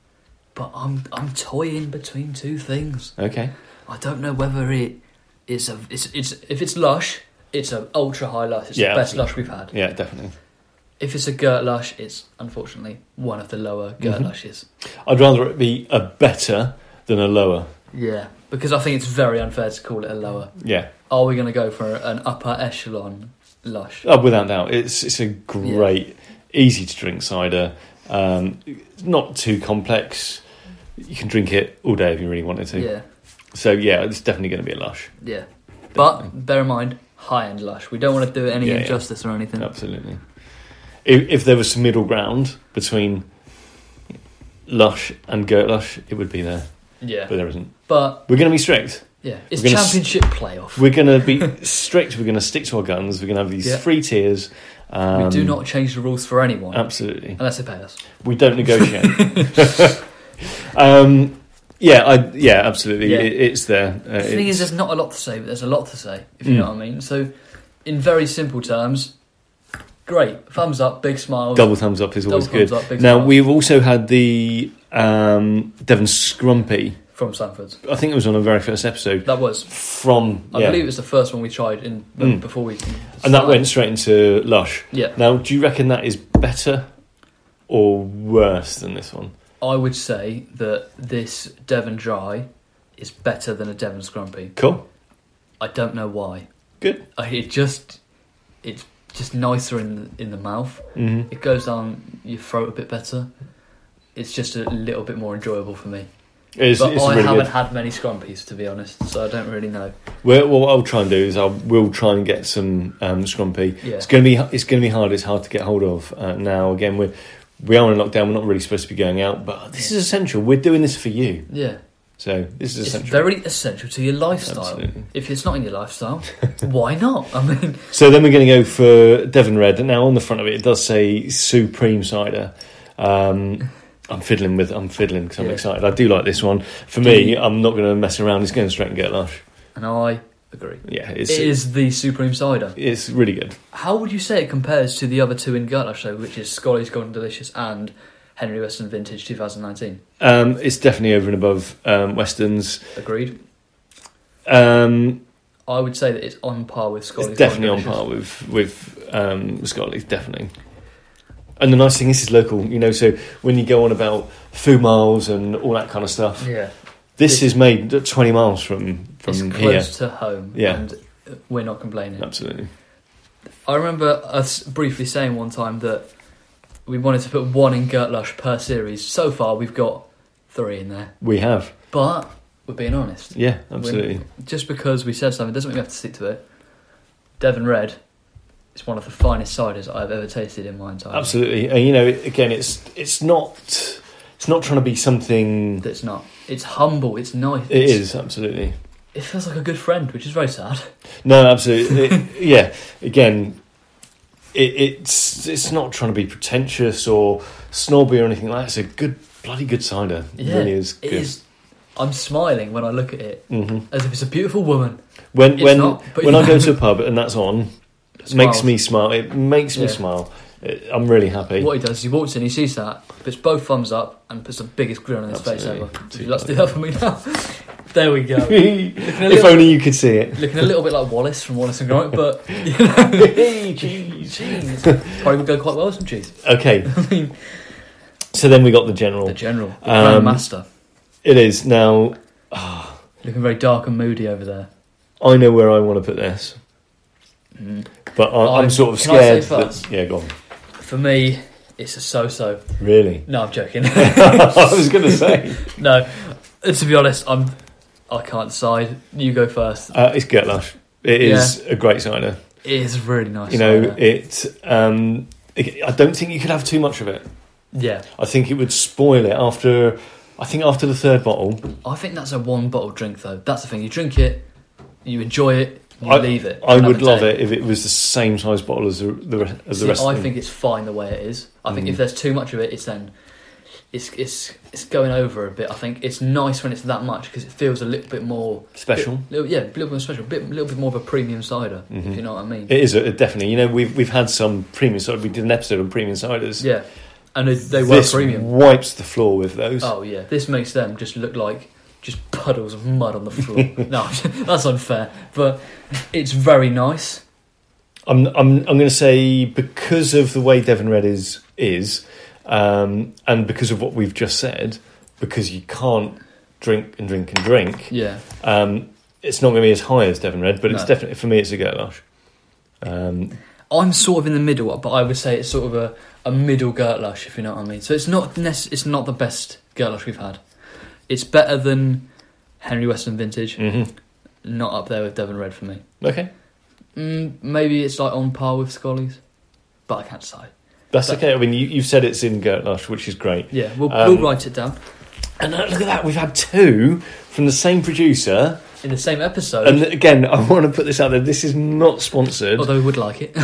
[SPEAKER 1] but I'm I'm toying between two things.
[SPEAKER 2] Okay.
[SPEAKER 1] I don't know whether it is a it's it's if it's lush, it's an ultra high lush. It's
[SPEAKER 2] Yeah,
[SPEAKER 1] the best
[SPEAKER 2] absolutely.
[SPEAKER 1] lush we've had.
[SPEAKER 2] Yeah, definitely.
[SPEAKER 1] If it's a Gert Lush, it's unfortunately one of the lower Gert
[SPEAKER 2] Mhm.
[SPEAKER 1] Lushes.
[SPEAKER 2] I'd rather it be a better than a lower.
[SPEAKER 1] Yeah, because I think it's very unfair to call it a lower.
[SPEAKER 2] Yeah.
[SPEAKER 1] Are we going to go for an upper echelon Lush?
[SPEAKER 2] Oh, without doubt. It's it's a great, easy to drink cider. Um, it's not too complex. You can drink it all day if you really wanted to.
[SPEAKER 1] Yeah,
[SPEAKER 2] So yeah, it's definitely going to be a lush.
[SPEAKER 1] yeah. But bear in mind, high end Lush. We don't want to do it any
[SPEAKER 2] Yeah, yeah.
[SPEAKER 1] injustice or anything.
[SPEAKER 2] Absolutely. If, if there was some middle ground between lush and goat lush, it would be there,
[SPEAKER 1] Yeah,
[SPEAKER 2] but there isn't.
[SPEAKER 1] but
[SPEAKER 2] We're going to be strict.
[SPEAKER 1] yeah, it's
[SPEAKER 2] We're gonna s-
[SPEAKER 1] championship playoff.
[SPEAKER 2] We're going to be strict. We're going to stick to our guns. We're going to have these
[SPEAKER 1] Yeah.
[SPEAKER 2] three tiers. Um,
[SPEAKER 1] we do not change the rules for anyone
[SPEAKER 2] Absolutely.
[SPEAKER 1] unless they pay us.
[SPEAKER 2] We don't negotiate. um, yeah, I, yeah, absolutely.
[SPEAKER 1] Yeah.
[SPEAKER 2] It, it's there. Uh,
[SPEAKER 1] The thing is,
[SPEAKER 2] it's-
[SPEAKER 1] there's not a lot to say, but there's a lot to say, if you
[SPEAKER 2] Mm.
[SPEAKER 1] know what I mean. So, in very simple terms, Great. Thumbs up, big smile.
[SPEAKER 2] Double thumbs up is always
[SPEAKER 1] Double thumbs
[SPEAKER 2] good.
[SPEAKER 1] up, big
[SPEAKER 2] now
[SPEAKER 1] smile.
[SPEAKER 2] we've also had the um, Devon Scrumpy.
[SPEAKER 1] From Sanford's.
[SPEAKER 2] I think it was on the very first episode
[SPEAKER 1] That was.
[SPEAKER 2] from,
[SPEAKER 1] I
[SPEAKER 2] yeah.
[SPEAKER 1] believe it was the first one we tried in
[SPEAKER 2] Mm.
[SPEAKER 1] before we.
[SPEAKER 2] and that went straight into Lush.
[SPEAKER 1] Yeah.
[SPEAKER 2] Now, do you reckon that is better or worse than this one?
[SPEAKER 1] I would say that this Devon Dry is better than a Devon Scrumpy.
[SPEAKER 2] Cool,
[SPEAKER 1] I don't know why.
[SPEAKER 2] good.
[SPEAKER 1] I- It just, it's just nicer in in the mouth.
[SPEAKER 2] hmm
[SPEAKER 1] It goes down your throat a bit better. It's just a little bit more enjoyable for me.
[SPEAKER 2] It's,
[SPEAKER 1] but
[SPEAKER 2] it's
[SPEAKER 1] I
[SPEAKER 2] really
[SPEAKER 1] haven't
[SPEAKER 2] good.
[SPEAKER 1] had many scrumpies to be honest, so I don't really know.
[SPEAKER 2] Well, what I'll try and do is I will try and get some um, Scrumpy.
[SPEAKER 1] Yeah.
[SPEAKER 2] It's gonna be it's gonna be hard. It's hard to get hold of uh, now. Again, we're we are in lockdown. We're not really supposed to be going out, but this is essential. We're doing this for you,
[SPEAKER 1] Yeah,
[SPEAKER 2] so this is
[SPEAKER 1] it's
[SPEAKER 2] essential.
[SPEAKER 1] very essential to your lifestyle.
[SPEAKER 2] Absolutely.
[SPEAKER 1] If it's not in your lifestyle, why not? I mean,
[SPEAKER 2] So then we're going to go for Devon Red. Now on the front of it, it does say Supreme Cider. Um, I'm fiddling with I'm fiddling because I'm
[SPEAKER 1] Yeah.
[SPEAKER 2] excited. I do like this one. For
[SPEAKER 1] Do
[SPEAKER 2] me,
[SPEAKER 1] you?
[SPEAKER 2] I'm not going to mess around. It's going straight and get lush.
[SPEAKER 1] and I agree.
[SPEAKER 2] Yeah, it's
[SPEAKER 1] it is the supreme cider.
[SPEAKER 2] it's really good.
[SPEAKER 1] How would you say it compares to the other two in Gertlash though, which is Scottish Golden Delicious and Henry Weston Vintage 2019?
[SPEAKER 2] Um, it's definitely over and above um, Weston's.
[SPEAKER 1] Agreed.
[SPEAKER 2] Um,
[SPEAKER 1] I would say that it's on par with Scottish.
[SPEAKER 2] it's definitely on
[SPEAKER 1] Golden
[SPEAKER 2] par with with um, Scottish, definitely. And the nice thing is, it's local. You know, so when you go on about food miles and all that kind of stuff,
[SPEAKER 1] Delicious. Yeah,
[SPEAKER 2] this is made 20 miles from from
[SPEAKER 1] it's
[SPEAKER 2] here.
[SPEAKER 1] close to home.
[SPEAKER 2] Yeah.
[SPEAKER 1] and uh, we're not complaining.
[SPEAKER 2] Absolutely.
[SPEAKER 1] I remember us briefly saying one time that we wanted to put one in Gertlush per series. So far, we've got three in there,
[SPEAKER 2] We have.
[SPEAKER 1] but we're being honest.
[SPEAKER 2] Yeah, absolutely.
[SPEAKER 1] Just because we said something doesn't mean we have to stick to it. Devon Red is one of the finest ciders I've ever tasted in my entire life.
[SPEAKER 2] Absolutely. And you know, it- again it's it's not it's not trying to be something
[SPEAKER 1] That's not. It's humble. It's nice.
[SPEAKER 2] it is absolutely.
[SPEAKER 1] It feels like a good friend, which is very sad.
[SPEAKER 2] No, absolutely. It- yeah. Again, it, it's it's not trying to be pretentious or snobby or anything like that. It's a good bloody good cider. It
[SPEAKER 1] Yeah,
[SPEAKER 2] really is good.
[SPEAKER 1] It is. I'm smiling when I look at it,
[SPEAKER 2] hmm
[SPEAKER 1] as if it's a beautiful woman.
[SPEAKER 2] When
[SPEAKER 1] It's
[SPEAKER 2] when
[SPEAKER 1] not, but
[SPEAKER 2] when
[SPEAKER 1] you
[SPEAKER 2] I go
[SPEAKER 1] know.
[SPEAKER 2] to a pub and that's on, it makes
[SPEAKER 1] Smiles.
[SPEAKER 2] me smile. It makes me
[SPEAKER 1] Yeah.
[SPEAKER 2] smile. It- I'm really happy.
[SPEAKER 1] What he does is he walks in, he sees that, puts both thumbs up, and puts the biggest grin on his
[SPEAKER 2] Absolutely.
[SPEAKER 1] face ever. Would you like to do that for me now? there we go.
[SPEAKER 2] if only you could see it.
[SPEAKER 1] Looking a little bit like Wallace from Wallace and Gromit, but jeez, probably would go quite well with some cheese.
[SPEAKER 2] Okay. so then we got the general.
[SPEAKER 1] The general, the
[SPEAKER 2] Um,
[SPEAKER 1] Grand Master,
[SPEAKER 2] it is now. ah,
[SPEAKER 1] looking very dark and moody over there.
[SPEAKER 2] I know where I want to put this,
[SPEAKER 1] Mm.
[SPEAKER 2] but I, I'm
[SPEAKER 1] I-
[SPEAKER 2] sort of
[SPEAKER 1] can I say
[SPEAKER 2] scared. that-
[SPEAKER 1] first?
[SPEAKER 2] yeah, go on.
[SPEAKER 1] For me, it's a so-so.
[SPEAKER 2] Really?
[SPEAKER 1] No, I'm joking.
[SPEAKER 2] I was going to say
[SPEAKER 1] no, to be honest, I'm. I can't decide. You go first.
[SPEAKER 2] uh, it's Gertlush. It is a great cider.
[SPEAKER 1] It is really nice.
[SPEAKER 2] You know,
[SPEAKER 1] cider.
[SPEAKER 2] it. Um, it- I don't think you could have too much of it.
[SPEAKER 1] yeah.
[SPEAKER 2] I think it would spoil it after. I think after the third bottle,
[SPEAKER 1] I think that's a one bottle drink though. That's the thing. You drink it, you enjoy it, you
[SPEAKER 2] I-
[SPEAKER 1] leave it.
[SPEAKER 2] I would love it if it was the same size bottle as the, the, re- as the rest.
[SPEAKER 1] I
[SPEAKER 2] of them.
[SPEAKER 1] think it's fine the way it is. I think
[SPEAKER 2] Mm.
[SPEAKER 1] if there's too much of it, it's then it's it's it's going over a bit. I think it's nice when it's that much because it feels a little bit more
[SPEAKER 2] special.
[SPEAKER 1] bit- little, yeah, a little bit more special, bit little bit more of a premium cider.
[SPEAKER 2] Mhm.
[SPEAKER 1] If you know what I mean?
[SPEAKER 2] It is a, definitely. You know, we've we've had some premium cider. We did an episode on premium ciders.
[SPEAKER 1] yeah, and they, they were
[SPEAKER 2] this
[SPEAKER 1] premium.
[SPEAKER 2] Wipes the floor with those.
[SPEAKER 1] Oh yeah, this makes them just look like just puddles of mud on the floor. no, that's unfair, but it's very nice.
[SPEAKER 2] I'm I'm I'm going to say because of the way Devon Red is is, um, and because of what we've just said, because you can't drink and drink and drink,
[SPEAKER 1] Yeah.
[SPEAKER 2] um, it's not going to be as high as Devon Red, but it's
[SPEAKER 1] No.
[SPEAKER 2] definitely for me it's a Gertlush. Um,
[SPEAKER 1] I'm sort of in the middle, but I would say it's sort of a, a middle Gertlush, if you know what I mean. So it's not nece- it's not the best Gertlush we've had. It's better than Henry Weston Vintage.
[SPEAKER 2] mhm.
[SPEAKER 1] Not up there with Devon Red for me.
[SPEAKER 2] Okay,
[SPEAKER 1] Mm, maybe it's like on par with Scully's, but I can't decide.
[SPEAKER 2] that's
[SPEAKER 1] But-
[SPEAKER 2] okay. I mean, you you've said it's in Gertlush, which is great.
[SPEAKER 1] Yeah, we'll,
[SPEAKER 2] Um,
[SPEAKER 1] we'll write it down
[SPEAKER 2] And uh, look at that, we've had two from the same producer.
[SPEAKER 1] in the same episode.
[SPEAKER 2] And again, I want to put this out there. This is not sponsored
[SPEAKER 1] although we would like it,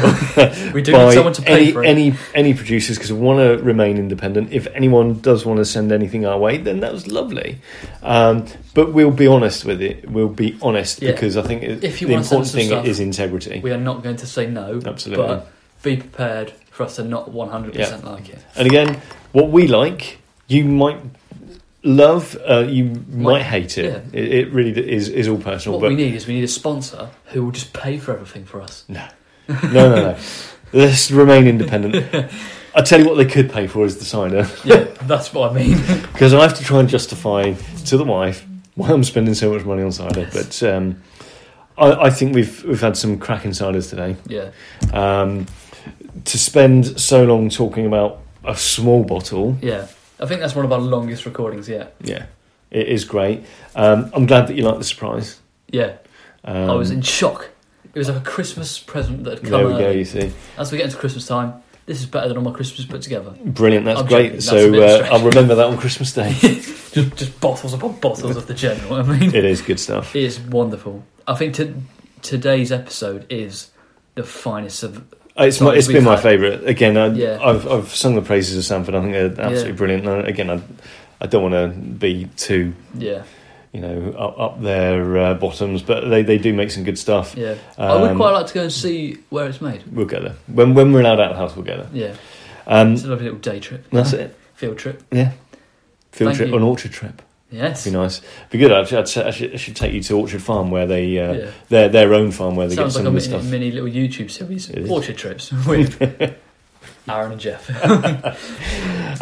[SPEAKER 1] we do
[SPEAKER 2] by
[SPEAKER 1] need someone to pay
[SPEAKER 2] any,
[SPEAKER 1] for it.
[SPEAKER 2] any any producers because we want to remain independent. If anyone does want to send anything our way, then that was lovely. Um, but we'll be honest with it. We'll be honest
[SPEAKER 1] Yeah.
[SPEAKER 2] because I think it,
[SPEAKER 1] If you
[SPEAKER 2] the
[SPEAKER 1] wanna send
[SPEAKER 2] important
[SPEAKER 1] us
[SPEAKER 2] thing
[SPEAKER 1] some stuff,
[SPEAKER 2] is integrity.
[SPEAKER 1] we are not going to say no.
[SPEAKER 2] Absolutely.
[SPEAKER 1] But be prepared for us to not 100% like it.
[SPEAKER 2] And again, what we like, you might love, uh, you might hate it.
[SPEAKER 1] yeah.
[SPEAKER 2] it. It really d- is is all personal.
[SPEAKER 1] What
[SPEAKER 2] but
[SPEAKER 1] we need is we need a sponsor who will just pay for everything for us.
[SPEAKER 2] no, no, no. Let's remain independent. I tell you what, they could pay for is the cider
[SPEAKER 1] Yeah, that's what I mean.
[SPEAKER 2] because I have to try and justify to the wife why I'm spending so much money on cider. But um, I, I think we've we've had some cracking ciders today.
[SPEAKER 1] yeah,
[SPEAKER 2] Um, to spend so long talking about a small bottle
[SPEAKER 1] yeah. I think that's one of our longest recordings yet.
[SPEAKER 2] Yeah, it is great. Um, I'm glad that you like the surprise.
[SPEAKER 1] Yeah,
[SPEAKER 2] Um,
[SPEAKER 1] I was in shock. It was like a Christmas present that had come
[SPEAKER 2] there we go.
[SPEAKER 1] early.
[SPEAKER 2] You see,
[SPEAKER 1] As we get into Christmas time, this is better than all my Christmas put together.
[SPEAKER 2] brilliant. That's
[SPEAKER 1] I'm
[SPEAKER 2] great.
[SPEAKER 1] joking, that's a
[SPEAKER 2] so
[SPEAKER 1] bit
[SPEAKER 2] uh,
[SPEAKER 1] strange.
[SPEAKER 2] I'll remember that on Christmas Day.
[SPEAKER 1] Just, just bottles upon bottles of the gin. you know What I mean,
[SPEAKER 2] it is good stuff.
[SPEAKER 1] it is wonderful. I think to, today's episode is the finest of.
[SPEAKER 2] Uh, It's my,
[SPEAKER 1] Sorry,
[SPEAKER 2] it's
[SPEAKER 1] we've
[SPEAKER 2] been my
[SPEAKER 1] had-
[SPEAKER 2] favourite. Again, I,
[SPEAKER 1] Yeah.
[SPEAKER 2] I've I've sung the praises of Sanford. I think they're absolutely
[SPEAKER 1] Yeah.
[SPEAKER 2] brilliant. And again, I I don't want to be too
[SPEAKER 1] Yeah,
[SPEAKER 2] you know up, up their uh, bottoms, but they, they do make some good stuff.
[SPEAKER 1] yeah. I would
[SPEAKER 2] Um,
[SPEAKER 1] quite like to go and see where it's made.
[SPEAKER 2] We'll get there when when we're allowed out of the house. We'll get there.
[SPEAKER 1] Yeah,
[SPEAKER 2] Um,
[SPEAKER 1] it's a lovely little day trip.
[SPEAKER 2] that's it.
[SPEAKER 1] Field trip.
[SPEAKER 2] Yeah, field
[SPEAKER 1] Thank
[SPEAKER 2] trip,
[SPEAKER 1] you.
[SPEAKER 2] an orchard trip.
[SPEAKER 1] Yes.
[SPEAKER 2] Be nice. Be good. I'd, I'd, I, should, I should take you to Orchard Farm, where they uh,
[SPEAKER 1] Yeah.
[SPEAKER 2] their their own farm, where they
[SPEAKER 1] Sounds
[SPEAKER 2] get
[SPEAKER 1] like
[SPEAKER 2] some
[SPEAKER 1] a
[SPEAKER 2] of the
[SPEAKER 1] mini, mini
[SPEAKER 2] stuff.
[SPEAKER 1] little YouTube series,
[SPEAKER 2] It is.
[SPEAKER 1] Orchard Trips with Aaron and Jeff.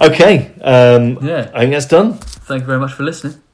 [SPEAKER 2] Okay. Um,
[SPEAKER 1] yeah.
[SPEAKER 2] I think that's done.
[SPEAKER 1] Thank you very much for listening.